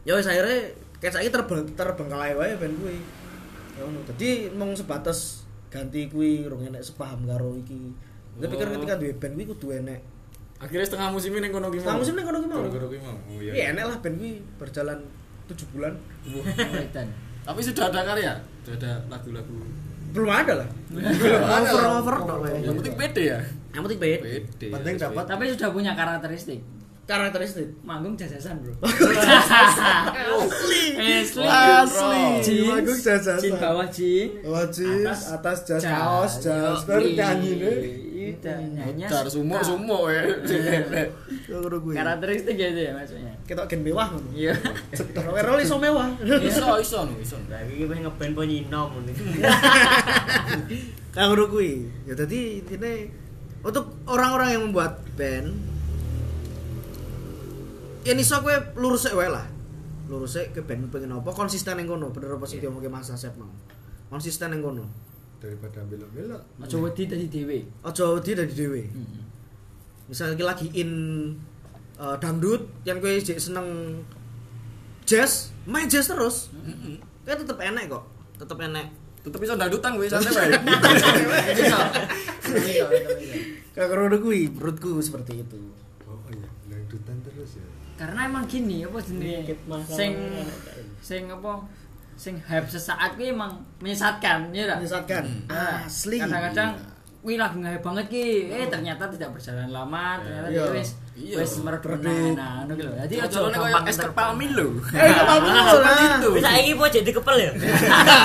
Speaker 1: ya wes akhirnya kayak saiki terbeng terbengkalai wae band kuwi ya ngono dadi mung sebatas ganti kuwi rong enek sepaham karo iki Tapi pikir
Speaker 5: Oh.
Speaker 1: ketika duwe band kuwi kudu enek
Speaker 5: Akhirnya setengah musim ini kono gimana?
Speaker 1: Setengah musim ini kono ki mau.
Speaker 5: Kono ki mau. Oh,
Speaker 1: Iya
Speaker 5: iya, iya.
Speaker 1: enek lah band kuwi berjalan 7 bulan
Speaker 5: Tapi sudah ada karya, sudah ada lagu-lagu.
Speaker 1: belum ada lah
Speaker 5: Iya,
Speaker 2: ada
Speaker 1: over
Speaker 2: lah.
Speaker 1: over tok wae.
Speaker 5: Yang penting pede ya.
Speaker 1: yang penting band
Speaker 5: Pede.
Speaker 2: Penting
Speaker 5: harus
Speaker 2: dapat.
Speaker 3: Tapi sudah punya karakteristik.
Speaker 1: karakteristik
Speaker 3: Manggung jajasan, Bro. Jajasan. Asli.
Speaker 1: asli
Speaker 3: Jeans,
Speaker 1: Aku jajasan.
Speaker 3: Jin bawah jin.
Speaker 1: wajib
Speaker 3: Atas-
Speaker 1: atas jas kaos jas ter kanggine
Speaker 3: Iya,
Speaker 5: pede.
Speaker 3: nyanyi.
Speaker 5: Mutar sumuk-sumuk ya.
Speaker 1: karo kuwi
Speaker 3: Karakteristik ya itu ya maksudnya.
Speaker 1: ketok gen mewah ngono.
Speaker 3: Iya.
Speaker 1: Rock and roll iso mewah.
Speaker 5: iso iso no iso no.
Speaker 4: Lah iki wis ngeband apa nyinom ngono.
Speaker 1: Kayak ngono kuwi. Ya dadi intine untuk orang-orang yang membuat band ya iso kowe lurus wae lah. Lurus ke band pengen apa konsisten yang kono bener apa sing diomongke Mas Asep mau. Konsisten yang kono.
Speaker 2: daripada belok-belok
Speaker 3: Aja wedi tadi dhewe.
Speaker 1: Aja wedi dari dhewe. Misalnya lagi in eh, dangdut yang kowe jek seneng jazz, main jazz terus. Kowe tetep enek kok. Tetep enek.
Speaker 5: tetep iso dangdutan gue santai wae
Speaker 3: Iso. Iso, iso, iso.
Speaker 1: Kayak ngono kuwi menurutku seperti itu.
Speaker 2: oh iya dangdutan terus ya
Speaker 3: Karena emang gini apa jenenge?
Speaker 4: Dikit masalah.
Speaker 3: Sing sing apa? Sing hype sesaat kuwi emang menyesatkan, ya ora?
Speaker 1: Menyesatkan.
Speaker 3: Ah,
Speaker 1: Asli.
Speaker 3: kadang-kadang wih lagu nggak banget ki eh ternyata tidak berjalan lama ternyata
Speaker 1: Iya.
Speaker 3: dia wis
Speaker 5: Iya.
Speaker 3: wis meredup nah ngono ki lho jadi aja
Speaker 5: jalane koyo
Speaker 3: gampang
Speaker 5: es
Speaker 3: terpengaruh.
Speaker 5: kepal milo
Speaker 1: Eh, kepal milo,
Speaker 5: Seperti
Speaker 1: nah.
Speaker 5: Ah, itu.
Speaker 4: Wis saiki apa jadi kepel ya?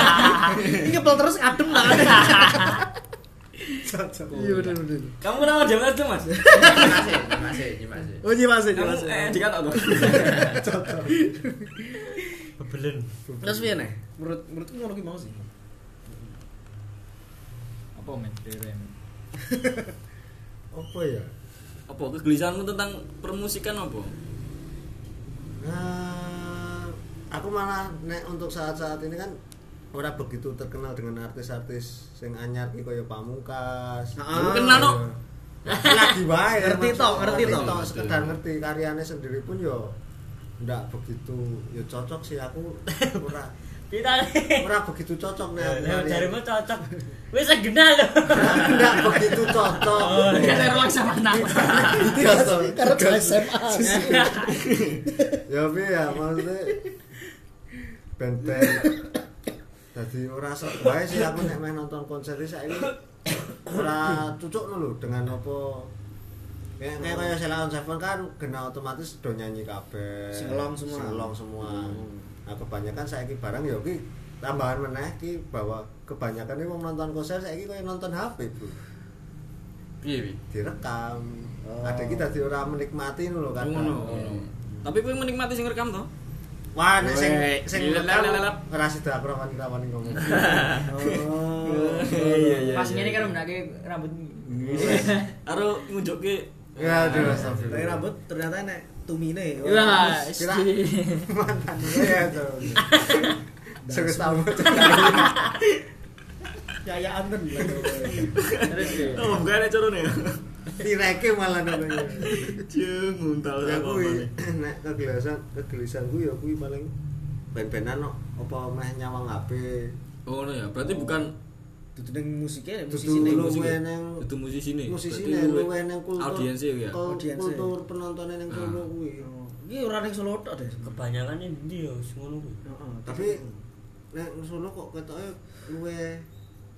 Speaker 1: Ini kepel terus adem lah. Iya benar benar.
Speaker 4: Kamu kenapa jam aja, Mas?
Speaker 6: Nyimasih, nyimasih, nyimasih.
Speaker 1: Oh iya mas, iya
Speaker 5: kamu
Speaker 1: mas.
Speaker 5: eh
Speaker 1: Terus
Speaker 5: dikat to
Speaker 4: Bebelen.
Speaker 1: piye nih? Menurut menurutku ngono ki mau sih.
Speaker 5: apa men
Speaker 2: apa ya
Speaker 5: apa kegelisahanmu tentang permusikan apa
Speaker 2: Nah, aku malah nek untuk saat-saat ini kan ora begitu terkenal dengan artis-artis sing anyar iki kaya Pamungkas.
Speaker 1: Ah,
Speaker 2: Iya.
Speaker 5: kenal, no.
Speaker 2: Lagi wae
Speaker 1: Ngerti
Speaker 2: termasuk.
Speaker 1: toh, ngerti toh.
Speaker 2: sekedar ngerti karyanya sendiri pun yo ndak begitu yo cocok sih aku ora
Speaker 4: Kita
Speaker 2: ora begitu cocok
Speaker 1: Eh,
Speaker 2: nek aku
Speaker 4: Lah
Speaker 2: karya.
Speaker 4: jarimu cocok. Wis segena lho.
Speaker 2: ndak begitu cocok.
Speaker 1: Oh,
Speaker 3: Nggak
Speaker 1: iya.
Speaker 3: ada ruang sama anak.
Speaker 1: Karena di SMA.
Speaker 2: ya tapi ya maksudnya benteng jadi ora sok wae sih aku nek main nonton konser iki saiki ora cocok lho dengan apa kayak kayak kayak Sheila on Seven kan kena otomatis do nyanyi kabeh
Speaker 1: Singelong semua. Hmm.
Speaker 2: Singelong semua nah kebanyakan saiki barang ya ki tambahan meneh ki bahwa kebanyakan ini wong nonton konser saiki kayak nonton HP bro
Speaker 5: piye piye
Speaker 2: direkam ada kita dadi ora menikmati lho kan
Speaker 5: ngono tapi kowe menikmati sing rekam to
Speaker 2: Wah, nek sing
Speaker 5: Weh,
Speaker 2: sing
Speaker 5: lelep, lelep.
Speaker 2: ora sida kerawan-kerawan ngomong.
Speaker 1: Oh.
Speaker 5: Oh, iya
Speaker 3: pas ngene kan menake rambutmu
Speaker 5: Aro ngunjukke
Speaker 2: Ya aduh astagfirullah.
Speaker 1: Tapi rambut ternyata enek tumine.
Speaker 5: Iya,
Speaker 3: wah
Speaker 2: Terus
Speaker 3: SD
Speaker 2: kira- mantan ya tuh. Sing tahu.
Speaker 1: Jayaan ten.
Speaker 3: terus ya.
Speaker 5: Oh, bukan carane.
Speaker 2: Direke malah namanya.
Speaker 5: Jeng nguntal
Speaker 2: Ya
Speaker 5: sama
Speaker 2: kuwi
Speaker 5: nih.
Speaker 2: nek kegelisahan kegelisahan kuwi ya kuwi paling ben-benan no. apa meh nyawang HP.
Speaker 5: Oh, no ya. Berarti bukan
Speaker 1: Duduning musiknya
Speaker 2: Dudu
Speaker 1: musisi nih.
Speaker 5: musik.
Speaker 2: luwe nang
Speaker 5: itu musisi nih.
Speaker 2: musisi
Speaker 5: Berarti
Speaker 2: nih luwe nang kultur.
Speaker 5: Audiensi ya.
Speaker 2: kul-
Speaker 1: Audiensi.
Speaker 2: Kultur penontonnya nang kono kuwi.
Speaker 1: Ini orang yang solo tok deh.
Speaker 4: Kebanyakan ini ndi yo sing ngono kuwi.
Speaker 1: Heeh.
Speaker 2: tapi nek solo kok ketoke luwe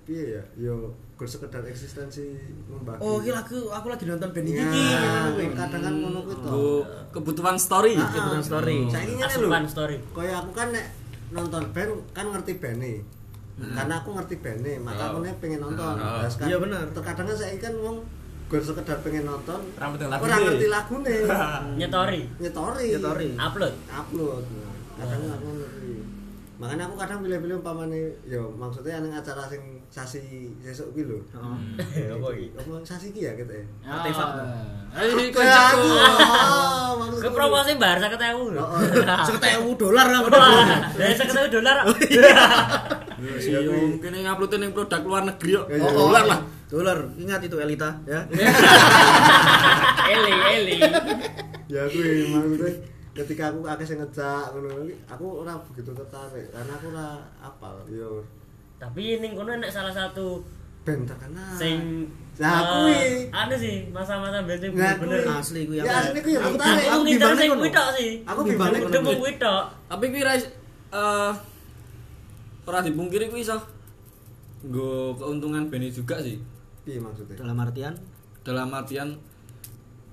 Speaker 2: piye ya yo gur sekedar eksistensi membagi
Speaker 1: Oh, iki lagu aku lagi nonton band iki
Speaker 2: Ya,
Speaker 1: iki ngono kuwi.
Speaker 2: kadang kan ngono kuwi to
Speaker 5: Nggo kebutuhan story. Oh.
Speaker 2: Ah, kebutuhan
Speaker 1: story.
Speaker 2: saiki ngene lho
Speaker 4: Asupan story.
Speaker 2: kaya aku kan nek nonton band kan ngerti bene karena aku ngerti bene maka aku nih pengen nonton
Speaker 5: Oh.
Speaker 2: Lah, sekarang-
Speaker 1: Hmm. Iya, bener.
Speaker 2: terkadang kan saiki kan wong gur sekedar pengen nonton
Speaker 6: Ora penting lagune.
Speaker 2: ora ngerti lagune
Speaker 4: Nyetori.
Speaker 2: nyetori
Speaker 1: Nyetori.
Speaker 4: Upload.
Speaker 5: Oh,
Speaker 2: upload kadang
Speaker 4: Ah.
Speaker 2: aku ngerti makanya aku kadang pilih-pilih umpamane ya maksudnya yang acara sing sasi sesuk kuwi lho
Speaker 1: Heeh.
Speaker 4: Oh. Hmm. Apa iki?
Speaker 2: apa sasi ki ya ketoke
Speaker 3: Ah.
Speaker 1: Artefak.
Speaker 2: Ke
Speaker 5: Eh, kowe jago.
Speaker 2: oh,
Speaker 4: Ke promosi bar 50.000 lho.
Speaker 5: Oh,
Speaker 1: Sekitar 1000 dolar apa?
Speaker 4: Lah 50.000 dolar.
Speaker 5: Oh, Si
Speaker 2: Iya, kuwi.
Speaker 5: yo kene nguploadin yang produk luar negeri kok.
Speaker 2: Ya, ya.
Speaker 1: Oh,
Speaker 5: Oh, luar lah.
Speaker 1: Dolar. Ingat itu Elita ya.
Speaker 4: Eli eli.
Speaker 2: ya kuwi maksudnya ketika aku akeh sing ngecak ngono kuwi, aku ora begitu tertarik karena aku ora apal yo
Speaker 4: Tapi ning kono enek salah satu
Speaker 2: ben
Speaker 5: Ah.
Speaker 2: terkenal
Speaker 4: sing
Speaker 2: Nah,
Speaker 4: eh,
Speaker 2: kuwi.
Speaker 4: anu sih masa-masa band sing
Speaker 2: Nah,
Speaker 4: bener-bener
Speaker 2: kuwi.
Speaker 1: Asli kuwi
Speaker 2: ya asli kuwi ya
Speaker 1: Aku-
Speaker 2: tertarik
Speaker 1: aku
Speaker 4: aku ngitung
Speaker 1: bimbangnya
Speaker 4: sing
Speaker 1: ngono.
Speaker 4: kuwi tok sih
Speaker 2: aku bimbangnya
Speaker 4: demo kuwi tok
Speaker 5: Tapi kuwi ra eh ora dipungkiri kuwi iso nggo keuntungan bene juga sih.
Speaker 2: piye maksudnya
Speaker 1: Dalam artian
Speaker 5: Dalam artian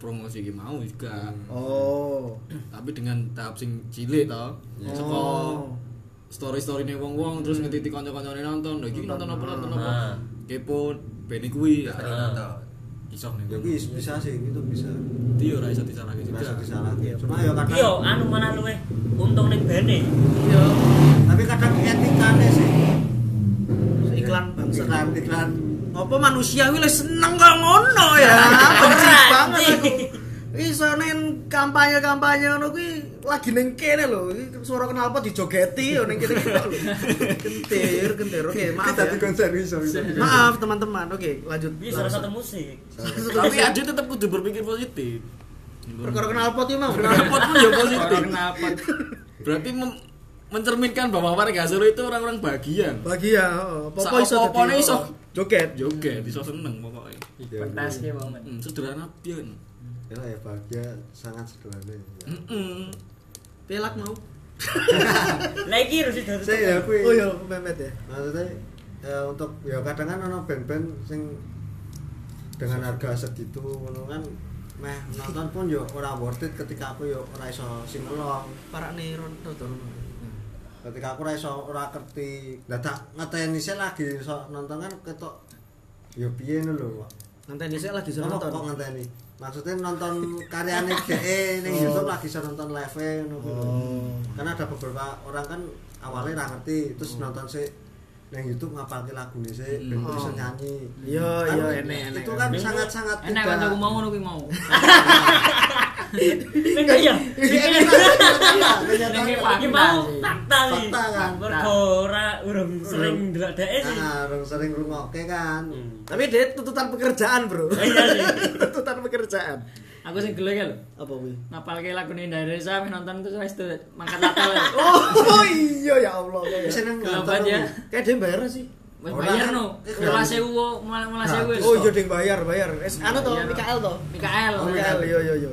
Speaker 5: promosi iki mau
Speaker 2: Hmm.
Speaker 5: juga.
Speaker 1: Oh.
Speaker 5: tapi dengan tahap sing cilik toh saka
Speaker 2: Oh.
Speaker 5: story story nih wong wong
Speaker 2: Hmm.
Speaker 5: terus ngetiti Nah. kanca kanca nonton lho iki nonton apa nonton apa kepo band kuwi
Speaker 6: Terus, terus.
Speaker 5: iso nih
Speaker 2: Ya wis bisa sih itu bisa.
Speaker 5: dia ora iso disalahke
Speaker 2: Bisa
Speaker 5: juga
Speaker 2: disalah. Cuma ya kadang
Speaker 4: Iya, anu malah luwe untung ning bene.
Speaker 3: Iya.
Speaker 2: tapi kadang etikane sih.
Speaker 1: Iklan bangsa.
Speaker 2: Iklan iklan.
Speaker 1: Ngopo manusia wile seneng kok ngono ya?
Speaker 2: Ah,
Speaker 1: Benci
Speaker 3: Ora,
Speaker 1: banget
Speaker 3: Ci.
Speaker 1: aku. Iso nen kampanye-kampanye ngono kuwi lagi ning kene lho. Iki Suara kenalpot dijogeti yo ning kene kita lho. Kentir, kentir. Oke, maaf
Speaker 2: Kita di
Speaker 1: ya.
Speaker 2: konser iso. gitu.
Speaker 1: Maaf teman-teman. Oke, lanjut.
Speaker 4: Iki salah
Speaker 1: Langsung.
Speaker 4: satu musik.
Speaker 5: tapi aja tetap kudu berpikir positif
Speaker 1: Perkara kenalpot iki mau.
Speaker 5: kenapa pun ya positif
Speaker 6: Kenapa?
Speaker 5: berarti mem- mencerminkan bahwa warga Solo itu orang-orang bahagia
Speaker 1: Bagi ya, oh, popo iso oh,
Speaker 5: Sa-opo-opone iso.
Speaker 1: joget.
Speaker 5: joget iso seneng pokoknya
Speaker 2: Ya,
Speaker 3: Pentas ki wong.
Speaker 5: Hmm, sederhana pian
Speaker 2: Enak ya bahagia sangat sederhana. ya.
Speaker 5: Mm-mm.
Speaker 1: Pelak mau.
Speaker 4: Lah iki harus ditutup.
Speaker 2: Saya ya kui.
Speaker 1: Oh iya, memet ya.
Speaker 2: maksudnya ya, untuk ya kadang kan ono band-band sing dengan harga segitu ngono kan meh nonton pun yo ora worth it ketika aku yo ora iso singelong
Speaker 1: Para neron tuh.
Speaker 2: ketika aku ora iso ora ngerti lah tak ngeteni sih lagi iso nonton kan ketok yo piye ngono lho Pak.
Speaker 1: Nanti saya lagi
Speaker 2: Ono
Speaker 1: suruh
Speaker 2: kok
Speaker 1: nonton.
Speaker 2: ngenteni maksudnya nonton karyane DE ning
Speaker 1: Oh.
Speaker 2: YouTube lagi iso nonton live e ngono kuwi lho. karena ada beberapa orang kan awalnya ra ngerti terus nonton sih neng YouTube ngapalke lagune sih ben
Speaker 1: Oh.
Speaker 2: bisa nyanyi
Speaker 1: Iya,
Speaker 2: Kan
Speaker 1: iya, enek, enek.
Speaker 2: itu kan
Speaker 4: enek.
Speaker 2: sangat-sangat
Speaker 3: Enak kan aku mau ngono kuwi mau.
Speaker 4: Ning iya.
Speaker 2: ternyata
Speaker 3: Ning
Speaker 4: Iki mau
Speaker 3: Fakta sih.
Speaker 4: fakta iki.
Speaker 2: Fakta kan.
Speaker 4: Mergo ora urung sering delok dhek sih.
Speaker 2: Nah, orang Ah, sering rungokke kan
Speaker 1: Tapi dia tuntutan pekerjaan, Bro.
Speaker 4: Iya sih.
Speaker 1: tuntutan pekerjaan.
Speaker 3: Aku sing gelek ya lho.
Speaker 1: Apa kuwi?
Speaker 3: Napalke lagune Indonesia meh nonton terus wis tuh mangkat latar.
Speaker 1: Oh, iya ya Allah.
Speaker 2: bisa neng
Speaker 3: Kenapa aja?
Speaker 1: Kayak dia bayar sih.
Speaker 3: Wis
Speaker 2: Ora
Speaker 3: bayar
Speaker 2: kan.
Speaker 3: no.
Speaker 2: Eh,
Speaker 3: Mula
Speaker 2: gratis.
Speaker 3: 1000 mula 1000 wis.
Speaker 1: Oh, iya dia bayar, bayar. Es anu toh,
Speaker 3: Iya, no.
Speaker 1: Mikael toh.
Speaker 3: Mikael.
Speaker 2: Oh,
Speaker 1: Mikael, yo yo yo.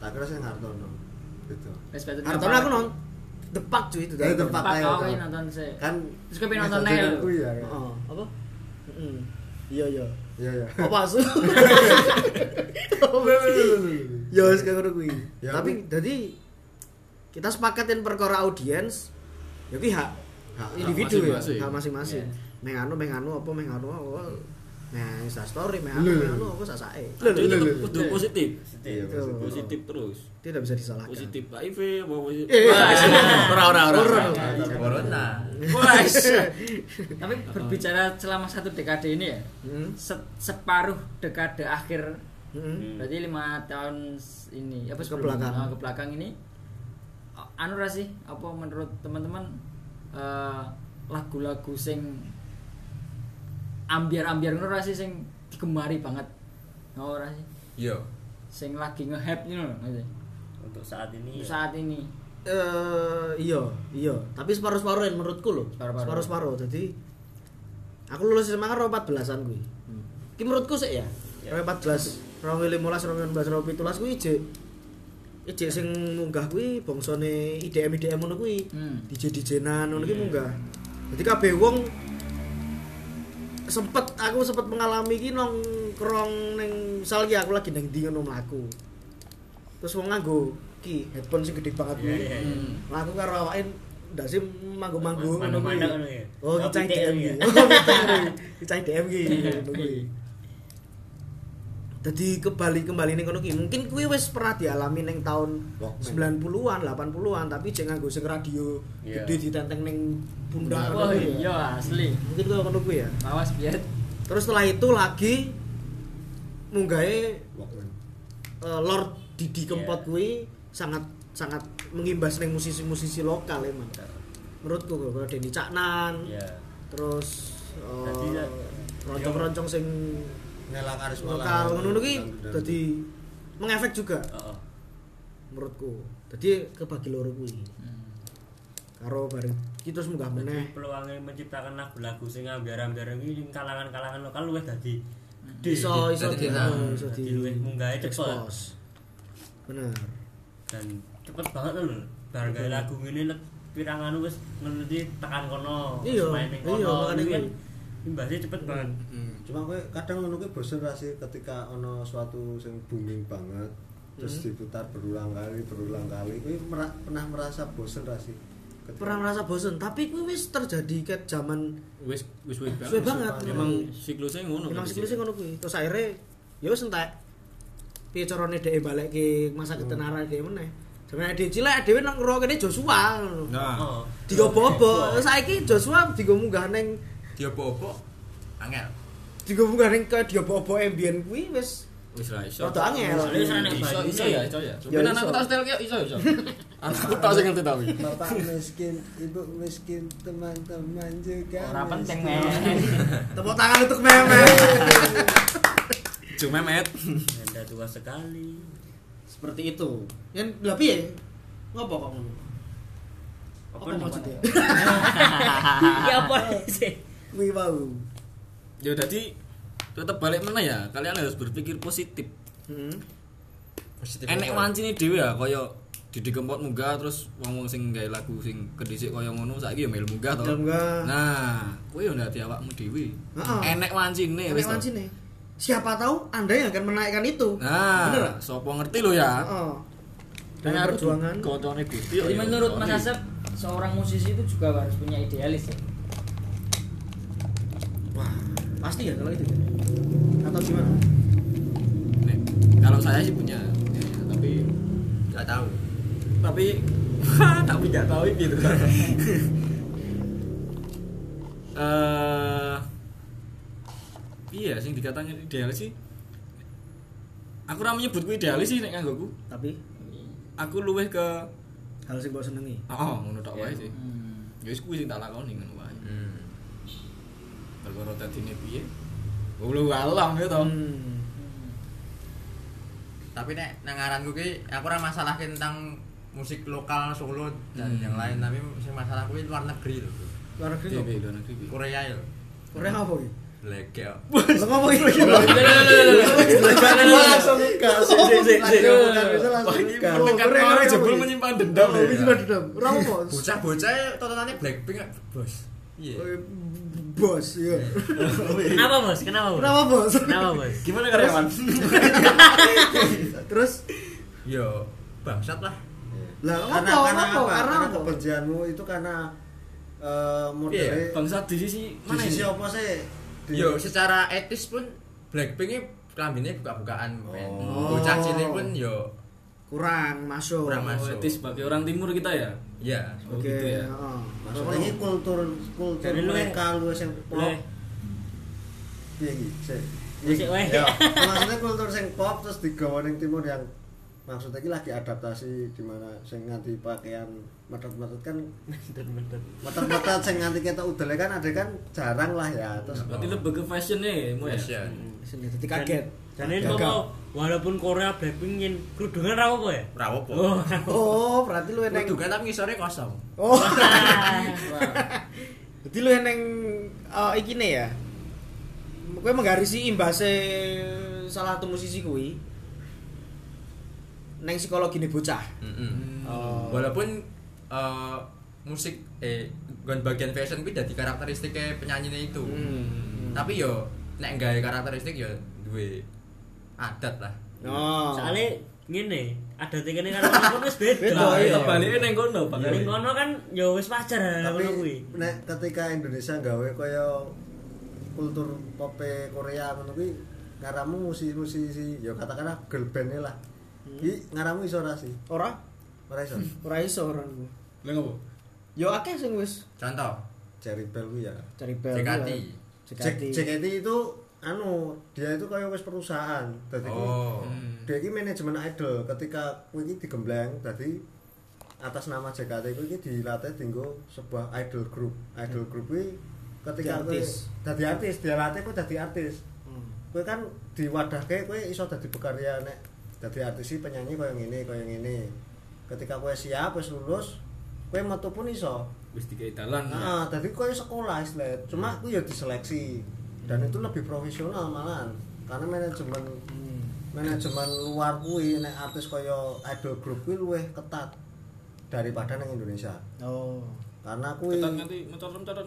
Speaker 2: tak kira sih ngartono gitu
Speaker 3: Wis betul.
Speaker 1: Karena aku nonton depak cuy itu.
Speaker 2: Dari Depak.
Speaker 3: Pak
Speaker 2: Pakai
Speaker 3: kau
Speaker 2: itu.
Speaker 3: kuwi nonton sih.
Speaker 2: kan
Speaker 3: Terus kau pengen nonton
Speaker 2: metodenya
Speaker 3: Nel.
Speaker 2: aku ya kan.
Speaker 1: Heeh. Oh, Apa? Heeh. Iya iya.
Speaker 2: iya iya
Speaker 1: Apa asu? Yo wis kayak ngono kuwi.
Speaker 2: Ya,
Speaker 1: Tapi jadi kita sepakatin perkara audiens ya kuwi hak
Speaker 2: Hak-
Speaker 1: individu ya,
Speaker 5: masing-masing.
Speaker 1: hak masing-masing. Meng
Speaker 3: Iya.
Speaker 1: anu meng anu apa meng anu apa nah Insta story meng anu
Speaker 2: Lho, lho,
Speaker 1: meng anu
Speaker 2: lho.
Speaker 1: apa sasae.
Speaker 5: Aja
Speaker 2: lho,
Speaker 5: tetap
Speaker 2: lho.
Speaker 5: kudu positif
Speaker 2: Iya,
Speaker 1: Itu.
Speaker 2: maksudnya.
Speaker 5: positif terus
Speaker 1: Tidak bisa disalahkan.
Speaker 5: positif HIV apa positif
Speaker 1: Eh,
Speaker 5: ora ora ora
Speaker 1: Ora.
Speaker 6: Corona.
Speaker 5: Wes.
Speaker 3: Tapi berbicara selama satu dekade ini ya.
Speaker 1: Hmm.
Speaker 3: se- separuh dekade akhir
Speaker 1: Heeh.
Speaker 3: berarti lima tahun s- ini apa sebelum-
Speaker 1: belakang.
Speaker 3: ah, ke belakang ini a- anu ra sih apa menurut teman-teman eh, lagu-lagu sing ambiar-ambiar ngono ra sih sing digemari banget oh, ora sih
Speaker 6: Yo.
Speaker 3: sing lagi nge-hype ini loh ngerti?
Speaker 4: Untuk saat ini.
Speaker 3: Untuk saat ini
Speaker 1: Eh iya, iya. Tapi separuh-separuh yang menurutku loh.
Speaker 3: Separuh-separuh.
Speaker 1: Separuh-separuh. Jadi aku lulus SMA kan row 14-an kuwi.
Speaker 3: Hmm.
Speaker 1: Ki menurutku sih ya. Row 14, row 15, row 16, row 17 kuwi ijek ijek sing munggah kuwi bangsane IDM IDM ngono kuwi.
Speaker 3: Hmm.
Speaker 1: DJ DJ-nan ngono kuwi munggah. Jadi kabeh wong sempet aku sempet mengalami ki nongkrong ning misal ki aku lagi ning ndi ngono mlaku. Terus wong nganggo ki headphone sing gede banget kuwi.
Speaker 4: Iya, iya.
Speaker 1: Hmm. Lah aku karo awake ndase manggung-manggung ngono kuwi.
Speaker 4: Mandang-mandang ngono ya.
Speaker 1: Oh,
Speaker 4: Oh,
Speaker 1: kicai
Speaker 4: pitik
Speaker 1: DM
Speaker 4: ya.
Speaker 1: ki. Oh, pitik kuwi. Kicai DM ki ngono kuwi. Dadi kembali kembali ning kono ki. Mungkin kuwi wis pernah dialami ning tahun
Speaker 2: Walkman.
Speaker 1: 90-an, 80-an, tapi jek nganggo sing radio
Speaker 4: Iya.
Speaker 1: gede ditenteng ning pundak Oh,
Speaker 3: wah
Speaker 1: ngono kuwi ya.
Speaker 3: iya asli
Speaker 1: Mungkin kuwi ngono kuwi ya.
Speaker 3: lawas biar
Speaker 1: Terus setelah itu lagi munggahe
Speaker 2: Walkman
Speaker 1: eh, Lord Didi Kempot
Speaker 4: Iya.
Speaker 1: kuwi sangat sangat mengimbas neng musisi-musisi lokal emang. Menurutku kalau Denny Caknan,
Speaker 4: Iya.
Speaker 1: terus eh,
Speaker 4: Dadi ya.
Speaker 1: roncong-roncong sing
Speaker 2: Nela Karisma
Speaker 1: lokal ngono kuwi
Speaker 2: Dan-
Speaker 1: dadi mengefek juga
Speaker 4: Heeh.
Speaker 1: menurutku. Jadi kebagi loro kuwi.
Speaker 3: Hmm.
Speaker 1: Karo bareng kita terus munggah meneh.
Speaker 4: peluangnya menciptakan lagu-lagu sing ambiar-ambiar iki ning kalangan-kalangan lokal luwih dadi
Speaker 1: Iso iso
Speaker 6: Dadi
Speaker 1: di
Speaker 6: kita.
Speaker 1: eh, iso
Speaker 4: Dadi
Speaker 1: di
Speaker 4: luwih munggahe cepet.
Speaker 1: expose. Bener.
Speaker 4: dan cepet banget lho harga lagu ngene nek pirang anu wis ngerti tekan kono
Speaker 1: Iya,
Speaker 4: main ning
Speaker 1: iya,
Speaker 4: kono
Speaker 1: makanya
Speaker 4: iki kan
Speaker 1: kuwi.
Speaker 4: imbasnya cepet banget
Speaker 5: Mm-hmm.
Speaker 2: cuma gue kadang ngono kuwi bosen ra sih ketika ono suatu sing booming banget
Speaker 3: Hmm.
Speaker 2: terus diputar berulang kali berulang kali kuwi mera- pernah merasa bosen ra sih Ketika-
Speaker 1: Pernah merasa bosen, tapi kuwi wis terjadi ke zaman
Speaker 5: wis wis suwe
Speaker 1: Suwe banget.
Speaker 5: Emang siklusnya ngono.
Speaker 1: Emang siklusnya ngono kuwi. Terus akhirnya ya wis entek piye carane dhek balekke masa ketenaran dhek meneh Sebenarnya dhek cilik dhewe nang ngrokene Joshua ngono.
Speaker 5: Nah,
Speaker 6: Oh,
Speaker 1: Digobo-obo. Saiki Joshua digo munggah ning
Speaker 6: dia bobo. Angel.
Speaker 1: digo munggah ning kaya diobo-obo ambien kuwi wis
Speaker 5: wis ra iso.
Speaker 1: rada angel.
Speaker 4: Soalnya wis ra nek
Speaker 5: Iso,
Speaker 4: bayi.
Speaker 5: iso ya, iso
Speaker 1: Ya,
Speaker 5: ya. Cuman
Speaker 1: iso.
Speaker 5: anakku tak setel ki iso iso. Anakku tak sing ngerti tapi.
Speaker 2: Bapak miskin, ibu miskin, teman-teman juga
Speaker 3: Ora penting,
Speaker 2: miskin.
Speaker 3: men.
Speaker 1: Tepuk tangan untuk Meme.
Speaker 5: Cuma met.
Speaker 4: Anda tua sekali.
Speaker 1: Seperti itu. Yen lha piye? Ngopo kok ngono? Apa maksudnya?
Speaker 3: Iya apa sih?
Speaker 1: Kuwi wau.
Speaker 5: Ya jadi tetep balik mana ya? Kalian harus berpikir positif. Hmm.
Speaker 1: Heeh.
Speaker 6: Positif.
Speaker 5: Enek wancine dhewe ya kaya Didi Kempot munggah terus wong-wong sing gawe lagu sing kedhisik kaya ngono saiki ya melu munggah to.
Speaker 1: Ya, munggah.
Speaker 5: Nah, kuwi yo ndadi awakmu dhewe.
Speaker 1: Heeh.
Speaker 5: Enek wancine
Speaker 1: Nek
Speaker 5: wis to.
Speaker 1: wancine. Siapa tahu Anda yang akan menaikkan itu. Bener
Speaker 5: Nah,
Speaker 1: nggak?
Speaker 5: sapa ngerti lo ya?
Speaker 1: Heeh.
Speaker 5: Dan
Speaker 1: Dengan
Speaker 5: aku
Speaker 1: perjuangan.
Speaker 5: Kocone Gusti.
Speaker 3: Jadi menurut Mas Asep seorang musisi itu juga harus punya idealis ya.
Speaker 1: Wah, pasti ya kalau itu. ya? Atau gimana?
Speaker 5: Nek, kalau saya sih punya, ya, tapi
Speaker 6: Enggak tahu.
Speaker 5: tapi tapi nggak tahu gitu kan. Eh, iya, sing dikatanya idealis sih. Aku ora menyebut ku idealis sih nek nganggoku.
Speaker 1: Tapi
Speaker 5: Aku luweh ke
Speaker 1: hal sing mbok senengi.
Speaker 5: oh, ngono tok wae sih.
Speaker 3: Hmm.
Speaker 5: Ya wis kuwi sing tak lakoni ngono wae.
Speaker 6: Hmm.
Speaker 5: Perkara dadine piye? Wulu alam ya
Speaker 1: Hmm.
Speaker 5: to.
Speaker 6: Tapi nek nang ngaranku ki aku ora masalah tentang musik lokal Solo dan
Speaker 5: Hmm.
Speaker 6: yang lain, tapi sing masalah kuwi luar negeri lho.
Speaker 1: Luar negeri
Speaker 5: Piye
Speaker 1: kok.
Speaker 5: piye luar negeri piye?
Speaker 6: Korea ya.
Speaker 1: Korea apa iki?
Speaker 6: Lege. kok.
Speaker 1: Lah ngopo iki?
Speaker 5: iya,
Speaker 2: Langsung enggak sih, sih, sih, sih.
Speaker 5: Wah,
Speaker 2: Langsung
Speaker 5: ini
Speaker 2: enggak.
Speaker 5: menekan
Speaker 1: Korea
Speaker 5: orang
Speaker 1: apa
Speaker 5: jebul
Speaker 1: ini?
Speaker 5: menyimpan dendam
Speaker 1: Oh,
Speaker 5: ya.
Speaker 1: iki juga dendam. Ora apa?
Speaker 6: Bocah-bocah tontonane Blackpink kok, Bos. Iya.
Speaker 1: Bos, ya.
Speaker 3: Kenapa bos? Kenapa bos?
Speaker 1: Kenapa bos?
Speaker 3: Kenapa bos?
Speaker 5: Gimana karyawan?
Speaker 1: Terus
Speaker 6: Yo bangsat lah.
Speaker 1: lah
Speaker 2: Karena
Speaker 1: ngopo?
Speaker 2: karena
Speaker 1: Ngopo?
Speaker 2: apa?
Speaker 1: Karena
Speaker 2: Karena
Speaker 1: apa?
Speaker 2: kebencianmu itu karena eh
Speaker 6: Iya,
Speaker 2: modele
Speaker 5: Bangsa di sisi
Speaker 2: di
Speaker 5: mana ya?
Speaker 2: sisi
Speaker 5: ini?
Speaker 2: apa sih? Di-
Speaker 6: Yo secara etis pun Blackpink ini kelaminnya buka-bukaan. men.
Speaker 1: Oh.
Speaker 6: Bocah cilik pun yo
Speaker 1: Kurang masuk.
Speaker 6: Kurang masuk.
Speaker 5: Oh, etis sebagai orang timur kita ya.
Speaker 6: ya.
Speaker 5: Oh,
Speaker 1: Oke,
Speaker 5: gitu ya.
Speaker 1: heeh.
Speaker 2: maksudnya ini kultur kultur
Speaker 4: Jadi lu-
Speaker 1: ya?
Speaker 2: mereka lu sing pop.
Speaker 4: Leh.
Speaker 2: Piye iki? Sih.
Speaker 3: Musik weh.
Speaker 2: Ya, maksudnya kultur sing pop terus digawa ning timur yang maksudnya iki lagi adaptasi di mana sing nganti pakaian metet-metet kan metet-metet sing nganti kita udele kan ada kan jarang lah ya terus
Speaker 5: Berarti lebih ke fashion nih, mau ya.
Speaker 6: Fashion.
Speaker 1: Sini jadi Hmm, kaget.
Speaker 4: Dan ini
Speaker 1: Gagal.
Speaker 4: kok walaupun Korea Blackpink yen kerudungan ra apa ya?
Speaker 6: Ra apa.
Speaker 4: Oh,
Speaker 1: Oh, berarti lu eneng.
Speaker 6: Kerudungan kan, tapi ngisornya kosong.
Speaker 1: Oh. Jadi lu eneng eh iki ne ya. Kowe menggarisi imbase salah satu musisi kuwi. Neng psikologine bocah.
Speaker 6: Mm-mm.
Speaker 1: Oh.
Speaker 6: Walaupun eh, musik eh gon bagian fashion kuwi dadi karakteristiknya penyanyinya itu.
Speaker 1: Hmm.
Speaker 6: Tapi yo nek gawe karakteristik yo duwe adat lah.
Speaker 1: Oh.
Speaker 4: soalnya ngene, ada tikene karo Korea wis
Speaker 1: Beda,
Speaker 4: beda.
Speaker 5: Nah,
Speaker 1: iya.
Speaker 5: iya. Baliknya neng kono,
Speaker 4: Ning
Speaker 5: baliknya.
Speaker 4: kono kan ya wis wajar hal
Speaker 2: tapi
Speaker 4: ngono kuwi.
Speaker 2: nek ketika Indonesia gawe kaya kultur pop Korea ngono kuwi ngaramu musisi-musisi ya katakanlah girl band lah iki ngaramu iso ora sih
Speaker 1: Ora?
Speaker 2: ora iso
Speaker 1: Ora iso ora niku.
Speaker 5: Lah ngopo?
Speaker 1: Yo akeh sing wis
Speaker 6: Contoh,
Speaker 2: Jerry Bell kuwi ya
Speaker 1: cari bel.
Speaker 6: JKT.
Speaker 1: ya.
Speaker 2: Jack-
Speaker 1: Cekati.
Speaker 2: JKT itu anu dia itu kayak wis perusahaan dadi
Speaker 6: Oh.
Speaker 2: oh. dia ini manajemen idol ketika kuwi ini digembleng dadi atas nama JKT kuwi ini dilatih dinggo sebuah idol group idol group kuwi
Speaker 1: Jadi
Speaker 2: ketika kuwi
Speaker 1: artis.
Speaker 2: Hmm. dadi artis dia latih kuwi dadi artis
Speaker 1: Hmm.
Speaker 2: kuwi kan diwadahke kuwi iso dadi berkarya nek dadi artis sih penyanyi kaya ngene kaya ngene ketika kuwi siap wis lulus kuwi metu pun iso
Speaker 5: Wis dikei dalan. ya.
Speaker 1: Ah.
Speaker 2: Nah, tadi kau sekolah istilahnya, cuma aku ya diseleksi dan itu lebih profesional malahan karena manajemen manajemen luar kui nek artis koyo idol group kui luwih ketat daripada nang Indonesia
Speaker 1: Oh.
Speaker 2: karena kui
Speaker 5: Ketan nganti mentor-mentoran.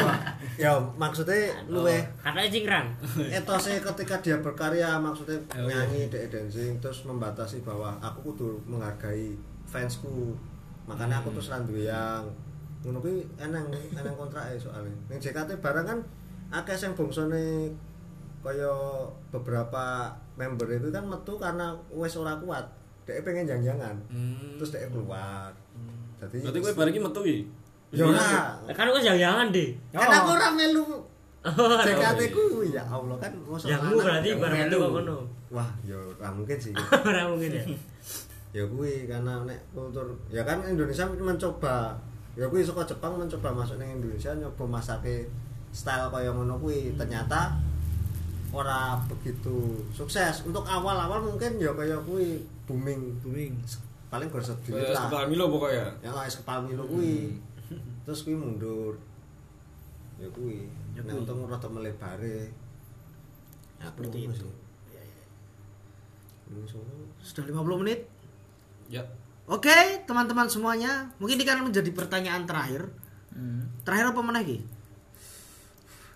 Speaker 2: ya maksudnya
Speaker 5: eh.
Speaker 2: luwih
Speaker 4: Katanya cingkrang.
Speaker 2: etosnya ketika dia berkarya maksudnya
Speaker 5: Oh, iya.
Speaker 2: nyanyi dek dancing terus membatasi bahwa aku kudu menghargai fansku makanya
Speaker 5: Hmm.
Speaker 2: aku terus randu yang ngono kuwi e eneng eneng kontrake soalnya ning JKT barang kan akeh sing bangsane kaya beberapa member itu kan metu karena wis ora kuat dia pengen jangan-jangan
Speaker 5: Hmm.
Speaker 2: terus dia keluar jadi
Speaker 5: Berarti kowe bareng iki metu iki.
Speaker 2: ya
Speaker 1: nah.
Speaker 2: ora
Speaker 4: kan aku jangan deh
Speaker 2: kan aku ora melu
Speaker 4: Oh,
Speaker 5: iya.
Speaker 2: CKT ku ya Allah kan mosok
Speaker 4: Jamu
Speaker 2: lanang
Speaker 4: berarti
Speaker 2: ya
Speaker 4: bareng
Speaker 2: melu.
Speaker 4: metu kok ngono.
Speaker 2: wah ya ora mungkin sih
Speaker 4: Ora mungkin ya.
Speaker 2: ya kuwi karena nek kultur ya kan Indonesia mencoba ya kuwi saka Jepang mencoba masuk ning Indonesia nyoba masake style kaya ngono kuwi ternyata ora begitu sukses untuk awal-awal mungkin ya kaya kuwi booming
Speaker 1: booming
Speaker 2: paling gor sedikit
Speaker 5: Kayak
Speaker 2: lah
Speaker 5: kepala Milo pokoknya.
Speaker 2: ya lah es kepal milo kuwi
Speaker 1: Hmm.
Speaker 2: terus kuwi mundur ya kuwi
Speaker 1: Ya
Speaker 2: nek
Speaker 1: kuwi.
Speaker 2: untung rada melebare ya
Speaker 1: Seperti itu.
Speaker 2: ini solo
Speaker 1: sudah 50 menit
Speaker 5: Ya.
Speaker 1: Oke, teman-teman semuanya, mungkin ini kan menjadi pertanyaan terakhir. Terakhir apa mana Ki?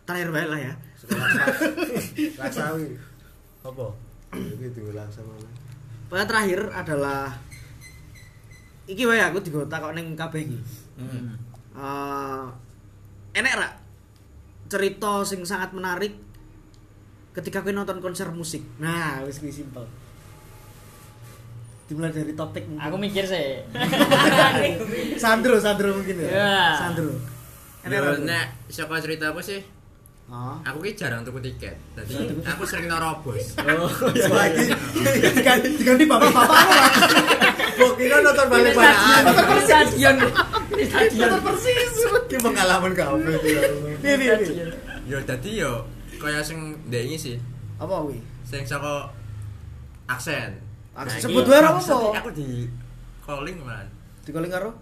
Speaker 1: Terakhir baik lah ya.
Speaker 2: sekolah laksawi apa iki diulang sama
Speaker 1: Pokoknya terakhir adalah iki wae aku digontak kok ning kabeh iki.
Speaker 5: Hmm.
Speaker 1: Eh, enek ra cerita sing sangat menarik ketika kowe nonton konser musik. Nah, wis kuwi simpel. Dimulai dari topik mungkin.
Speaker 3: Aku mikir sih.
Speaker 1: Sandro, Sandro mungkin ya.
Speaker 3: Ya.
Speaker 1: Sandro. Enek ra?
Speaker 6: Yo, nek saka ceritaku sih
Speaker 1: Oh.
Speaker 6: aku ki jarang tuku tiket dadi aku sering nerobos
Speaker 2: lagi diganti diganti bapak-bapak lah kok kira nonton balik
Speaker 3: Iya,
Speaker 2: balakan
Speaker 3: Stadion. Ini Stadion.
Speaker 1: Persis.
Speaker 2: ini
Speaker 1: iya.
Speaker 2: pengalaman kau
Speaker 1: Nih, nih, nih.
Speaker 6: yo dadi yo kaya sing ndek iki sih
Speaker 1: apa wi
Speaker 6: sing saka aksen Nah,
Speaker 1: Aksen. Sebut
Speaker 6: iki
Speaker 1: wae ora
Speaker 6: aksen
Speaker 1: apa-apa.
Speaker 6: aku di calling malan
Speaker 1: dikoling karo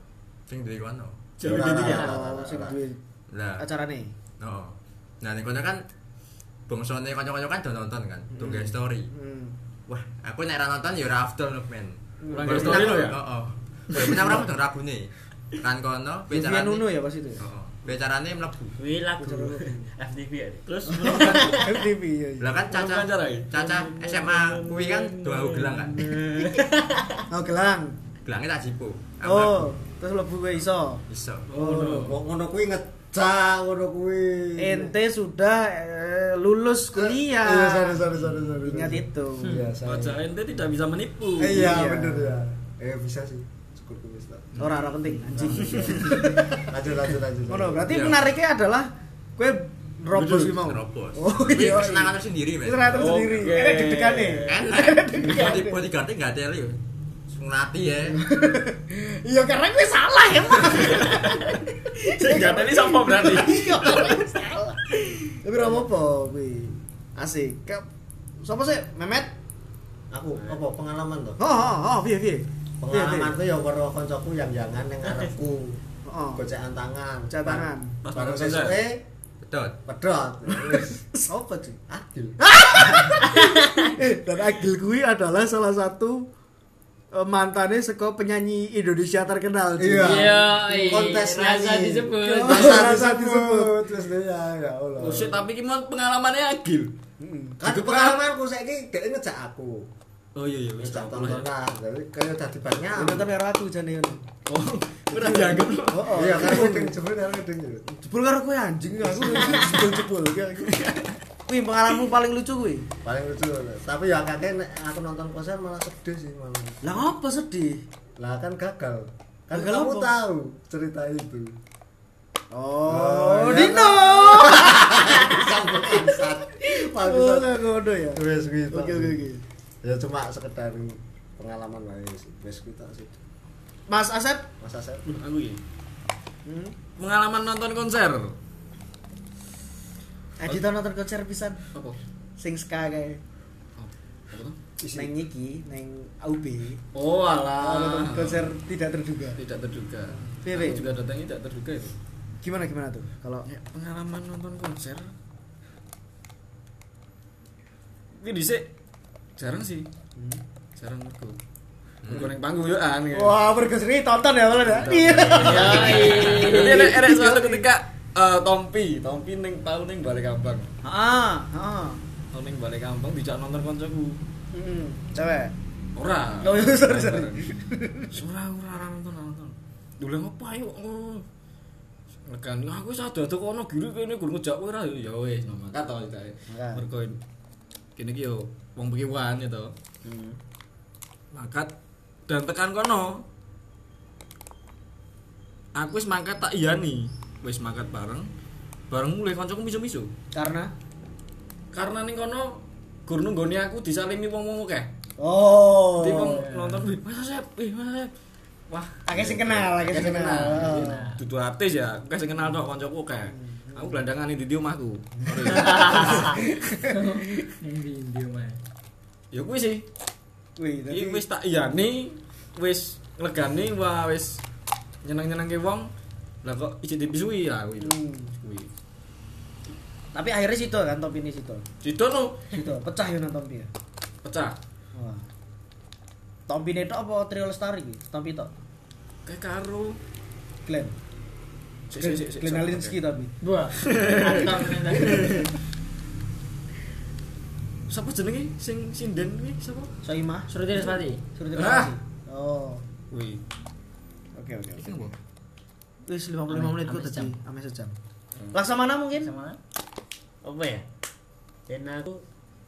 Speaker 6: sing duwe kono
Speaker 5: Jauh
Speaker 2: Ora,
Speaker 5: dari ya.
Speaker 2: ora, ora,
Speaker 1: sing
Speaker 2: ora.
Speaker 1: duwe
Speaker 6: lah
Speaker 1: acarane
Speaker 6: no nah ning kono kan bangsane kanca-kanca kan do nonton kan do nge story
Speaker 1: hmm.
Speaker 6: wah aku nek ra nonton yo ra afdol lho men
Speaker 5: Orang nge story lo ya?
Speaker 6: heeh Wah, menang ora mung ragune kan kono
Speaker 1: Vivian
Speaker 6: bicarane
Speaker 1: Nuno ya pas itu ya
Speaker 5: Oh.
Speaker 6: heeh bicarane mlebu
Speaker 4: Kuwi lagu FTV ya. Terus
Speaker 1: FTV ya iya.
Speaker 6: lah kan caca
Speaker 5: Bukan acara ya?
Speaker 6: caca SMA kuwi kan dua aku gelang kan
Speaker 1: oh gelang
Speaker 6: gelangnya tak jipu Aku
Speaker 1: oh terus mlebu kowe iso
Speaker 6: mlebu. iso
Speaker 2: oh kok ngono kuwi ngecah ngono kuwi
Speaker 1: ente sudah eh, lulus
Speaker 2: Iya,
Speaker 1: kuliah
Speaker 2: sorry, sorry, sorry, sorry.
Speaker 1: ingat itu
Speaker 2: iya saya
Speaker 5: Wajah ente tidak bisa menipu.
Speaker 2: Eh, iya
Speaker 1: Iya.
Speaker 2: bener ya eh bisa sih syukur kumis lah
Speaker 1: ora ora penting anjing
Speaker 2: lanjut lanjut lanjut
Speaker 1: ngono berarti
Speaker 6: Iya.
Speaker 1: menariknya adalah kowe robos ki mau
Speaker 6: nerobos
Speaker 1: Oh,
Speaker 6: kuwi
Speaker 1: iya.
Speaker 6: kesenangan sendiri men
Speaker 1: itu ternyata sendiri
Speaker 5: Oke.
Speaker 1: enak deg-degan ya
Speaker 6: enak body bodyguardnya nggak teli yo Sung nati ya
Speaker 1: iya karena gue salah emang
Speaker 5: Sing jatah ini sama berarti.
Speaker 1: iya karena salah tapi ora apa-apa kuwi asik Ke, sapa sih Mehmet
Speaker 2: aku apa pengalaman toh
Speaker 1: oh oh oh piye piye Piye, piye?
Speaker 2: pengalamanku ya karo kancaku yang jangan ning ngarepku
Speaker 1: oh
Speaker 2: gocekan tangan
Speaker 1: Gocekan tangan.
Speaker 5: Pas
Speaker 2: bareng
Speaker 5: bareng
Speaker 2: sesuke
Speaker 6: pedot
Speaker 2: pedot Wis,
Speaker 1: apa sih
Speaker 2: adil
Speaker 1: Eh, dan Agil kuwi adalah salah satu eh, mantannya seko penyanyi Indonesia terkenal cuy.
Speaker 2: Iya.
Speaker 3: Iya, iya.
Speaker 2: kontes
Speaker 3: Rasa
Speaker 2: nyanyi.
Speaker 3: disebut.
Speaker 2: rasa rasa disebut terus dia ya Allah
Speaker 5: Oh shit, tapi iki mau pengalamannya agil.
Speaker 2: kan pengalamanku saiki dhek ngejak aku
Speaker 5: Oh iya iya wis
Speaker 2: ngejak
Speaker 5: tak pernah.
Speaker 2: tontonan tapi kaya dadi banyak
Speaker 1: Ini nonton karo aku ya, jane ngono.
Speaker 5: Oh, udah dianggap lo.
Speaker 1: Oh, oh.
Speaker 2: iya kan Iya. kudu jebul kan kudu jebul
Speaker 1: Jebul karo kowe anjing aku jebul-jebul. Kuwi pengalamanmu paling lucu kuwi.
Speaker 2: paling lucu tapi ya kakek nek aku nonton konser malah sedih sih malah
Speaker 1: Lah apa sedih?
Speaker 2: lah kan gagal kan
Speaker 1: Gagal
Speaker 2: kamu
Speaker 1: apa?
Speaker 2: tahu cerita itu
Speaker 1: Oh,
Speaker 2: Oh, iya.
Speaker 1: Dino.
Speaker 2: bangsat
Speaker 1: Oh,
Speaker 2: bangsat
Speaker 1: ngono ya.
Speaker 2: wes wes
Speaker 1: Oke oke oke.
Speaker 2: ya cuma sekedar pengalaman wae sih wes kita sih
Speaker 1: Mas Asep,
Speaker 2: masa saya
Speaker 5: Aku iki.
Speaker 2: Hmm?
Speaker 5: Pengalaman nonton konser.
Speaker 1: editor nonton konser pisan
Speaker 5: Apa?
Speaker 1: sing ska kae.
Speaker 5: Apa tuh?
Speaker 1: Neng iki, neng UB.
Speaker 5: Oh
Speaker 1: Nonton
Speaker 2: Ah.
Speaker 5: alah.
Speaker 1: konser tidak terduga.
Speaker 5: tidak terduga.
Speaker 1: Piye,
Speaker 5: Aku
Speaker 1: Pi?
Speaker 5: juga datangnya tidak terduga itu.
Speaker 1: Gimana gimana tuh? Kalau
Speaker 5: Ya, pengalaman nonton konser. Ini dhisik jarang sih.
Speaker 1: Hmm.
Speaker 5: Jarang mergo. Mergo ning panggung yo an. ya.
Speaker 1: Wah, berkesini tonton ya malah ya. Iya.
Speaker 5: Jadi enak enak soalnya ketika eh, Tompi, Tompi ning tau ning Balai Kambang.
Speaker 1: Heeh, heeh.
Speaker 5: Tau ning Balai Kambang dijak nonton koncoku.
Speaker 1: Mm, cewek.
Speaker 5: Ora.
Speaker 1: Oh, iya, sorry, sorry.
Speaker 5: Ora ora ora nonton ora nonton. Dulu ngopo ayo ngono. Legan, "Lah, aku wis ado-ado kono guru kene gur ngejak kowe ora ya wis no mangkat to
Speaker 1: Mangkat.
Speaker 5: Mergo kene iki yo wong pekiwan ya to.
Speaker 1: Hmm.
Speaker 5: Mangkat dan tekan kono. Aku wis mangkat tak iyani. Wis mangkat bareng. Bareng mulai kancaku misu-misu.
Speaker 1: Karena
Speaker 5: Karena ning kono gur nunggoni aku disalimi wong-wong akeh.
Speaker 1: oh.
Speaker 5: Dadi wong nonton wih, Mas Asep, wih Mas Asep. Wah,
Speaker 1: Akeh sing kenal, akeh sing kenal. Oh. Iya.
Speaker 5: dudu artis ya, akeh sing kenal tok kancaku akeh. Aku gelandangan di di omahku.
Speaker 3: Ini dia mah.
Speaker 5: Ya kuwi sih.
Speaker 1: Wih, tapi
Speaker 5: Iki wis tak iyani, wis nglegani, wah wis nyeneng-nyenengke wong. Lah kok isi dibisui ya kuwi.
Speaker 1: Hmm.
Speaker 5: Kuwi.
Speaker 1: tapi akhirnya situ kan top ini situ.
Speaker 5: Didono
Speaker 1: Situ pecah yo nang Tompi. ya.
Speaker 5: pecah.
Speaker 1: Wah. Tompi itu apa Trio Lestari iki? Tompi tok.
Speaker 5: Kayak karo.
Speaker 1: Glenn.
Speaker 5: Sik, sik, sik, sik,
Speaker 1: Glenn
Speaker 5: sok,
Speaker 1: Alinsky
Speaker 5: oke.
Speaker 1: tapi.
Speaker 3: Wah. Mantap ternyata.
Speaker 5: Sapa jenenge sing sinden kuwi sapa?
Speaker 1: Soimah,
Speaker 3: Suruh tiris pati.
Speaker 1: suruh dia
Speaker 5: Ah.
Speaker 1: kasih. Oh.
Speaker 5: Kuwi.
Speaker 1: Oke, oke.
Speaker 5: Iki apa?
Speaker 1: Wis 55 menit kok
Speaker 3: Ame
Speaker 1: tadi,
Speaker 3: sejam.
Speaker 1: ame sejam. Laksamana mungkin?
Speaker 3: Sama.
Speaker 4: apa ya dan aku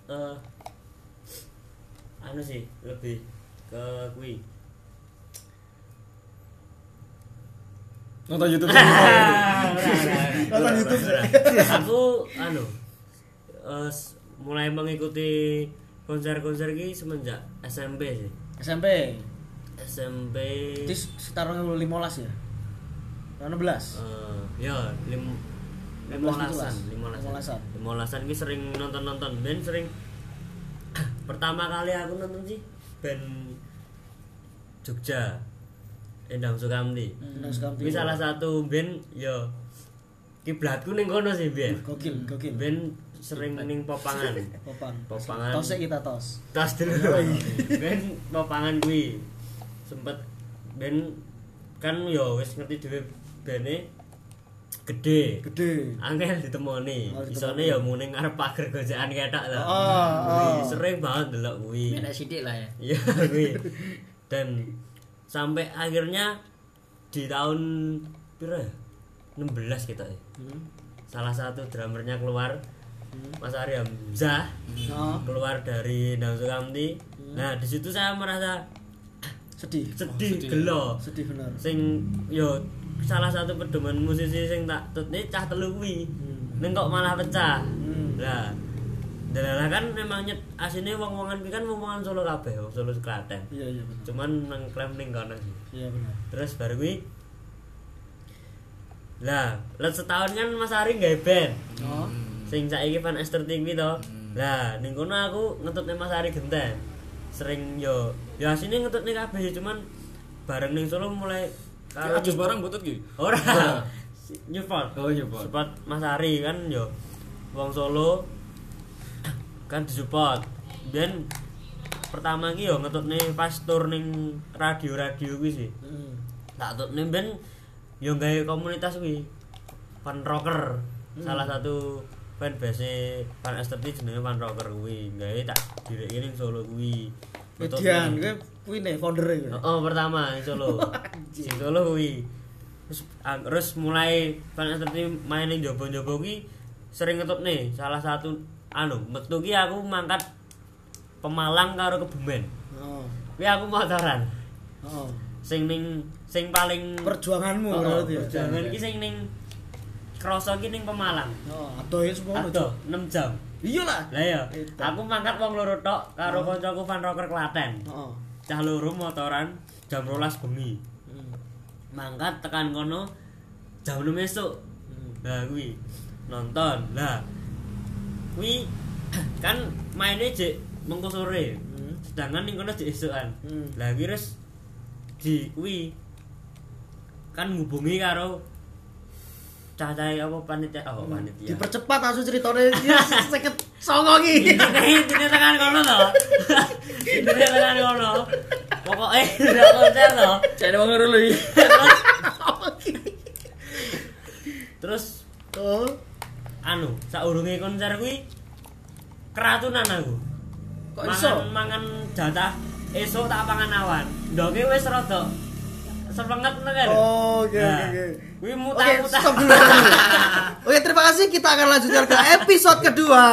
Speaker 4: eh anu sih lebih ke kui
Speaker 5: Nonton YouTube.
Speaker 1: Nonton YouTube
Speaker 4: aku anu eh, s- mulai mengikuti konser-konser ini semenjak SMP sih
Speaker 1: SMP.
Speaker 4: SMP
Speaker 1: Itu sekitar 15 ya. 16.
Speaker 4: eh, ya lim
Speaker 1: Limolasan.
Speaker 4: limolasan limolasan
Speaker 1: Limolasan.
Speaker 4: limolasan ini sering nonton-nonton band sering pertama kali aku nonton sih band Jogja Endang Sukamti
Speaker 1: Nang Sukamti.
Speaker 4: Ini salah satu band yo kiblatku ning kono sih Ben.
Speaker 1: Gokil, gokil.
Speaker 4: Ben sering ning popangan.
Speaker 1: Popang.
Speaker 4: Popangan.
Speaker 1: Tos kita tos.
Speaker 4: Tas dulu. Ben popangan kuwi. Sempet ben kan yo wis ngerti dhewe bene gede.
Speaker 1: Gede.
Speaker 4: Angel ditemoni.
Speaker 1: Oh, ditemoni.
Speaker 4: Isone yo muning arep pager gojekan ketok ta.
Speaker 1: Oh, oh.
Speaker 4: Kuwi sering banget delok kuwi.
Speaker 3: Enak sidik lah ya.
Speaker 4: Iya, kuwi. Dan sampai akhirnya di tahun pira ya? 16 kita ya. Salah satu drummernya keluar Mas Ari Hamzah
Speaker 1: Oh,
Speaker 4: keluar dari Dangsu Kamti. Nah, di situ saya merasa
Speaker 1: sedih.
Speaker 4: sedih, gelo.
Speaker 1: Sedih bener.
Speaker 4: Sing yo salah satu pedoman musisi sing tak tutne cah telu kuwi. Neng kok malah pecah.
Speaker 1: Hmm.
Speaker 4: Lah, dalalah kan memang nyet asine wong-wongan kuwi kan wong-wongan Solo kabeh, wong Solo Klaten.
Speaker 1: Iya, iya bener.
Speaker 4: cuman nang klaim ning kono sih.
Speaker 1: Iya bener.
Speaker 4: terus baru kuwi lah let setahun kan Mas Ari nggawe band
Speaker 1: Oh.
Speaker 4: sing saiki fan Esther TV to lah ning kono aku ngetutne Mas Ari genten sering yo ya asine ngetutne kabeh sih, cuman bareng ning Solo mulai karo
Speaker 5: Ajus barang butut ki.
Speaker 4: ora Si- nyepot
Speaker 5: Oh, nyepot.
Speaker 4: support Mas Ari kan yo wong Solo kan disupport ben pertama ki yo ngetutne pas tur ning radio-radio kuwi sih
Speaker 1: Hmm.
Speaker 4: tak tuh ben yo gawe komunitas kuwi fan rocker salah satu fan base fan estetik jenenge fan rocker kuwi gawe tak direki ning Solo kuwi Tutup
Speaker 1: Median,
Speaker 4: ning-
Speaker 1: gue Eh, kuwi ne founder e.
Speaker 4: Oh, oh, pertama yang Solo. Sing Solo kuwi. Terus, ah, terus mulai kan seperti main ning jobo-jobo kuwi sering ngetop nih salah satu anu metu ki aku mangkat Pemalang karo Kebumen.
Speaker 1: Oh.
Speaker 4: Kuwi aku motoran.
Speaker 1: Oh.
Speaker 4: Sing ning sing paling
Speaker 1: Perjuanganmu
Speaker 4: Oh,
Speaker 1: berarti ya.
Speaker 4: Perjuangan ki sing ning kroso ki ning Pemalang.
Speaker 1: Oh, adohe semua
Speaker 4: Aduh, 6 jam.
Speaker 1: Iya lah.
Speaker 4: Lah ya,
Speaker 1: Edan.
Speaker 4: aku mangkat wong loro tok karo kancaku Van Rocker Klaten.
Speaker 1: Oh.
Speaker 4: Cah loro motoran jam 12 bengi.
Speaker 1: Hmm.
Speaker 4: mangkat tekan kono jam 6 esuk. Nah kuwi nonton. Lah kuwi kan mainnya jek mengko sore. Sedangkan ning kono jek esukan.
Speaker 1: Hmm.
Speaker 4: Lah kuwi res di kuwi kan ngubungi karo cah-cah apa panitia apa
Speaker 1: Hmm.
Speaker 4: panitia.
Speaker 1: Dipercepat langsung ceritanya dia seket songo iki.
Speaker 4: Intine tekan kono to. Intine tekan kono. Pokoke ndak konser to.
Speaker 3: Cek wong iya. loro iki.
Speaker 4: Terus
Speaker 1: Oh.
Speaker 4: anu saurunge konser kuwi keratunan aku
Speaker 1: Kok
Speaker 4: mangan,
Speaker 1: iso?
Speaker 4: mangan jatah esuk tak pangan awan ndoke wis rada sepenget nengel
Speaker 1: Oh, oke oke
Speaker 4: Nah,
Speaker 1: oke.
Speaker 4: kuwi
Speaker 1: Oke,
Speaker 4: muta-muta
Speaker 1: stop dulu. stop dulu. Oke, terima kasih. Kita akan lanjutkan ke episode kedua.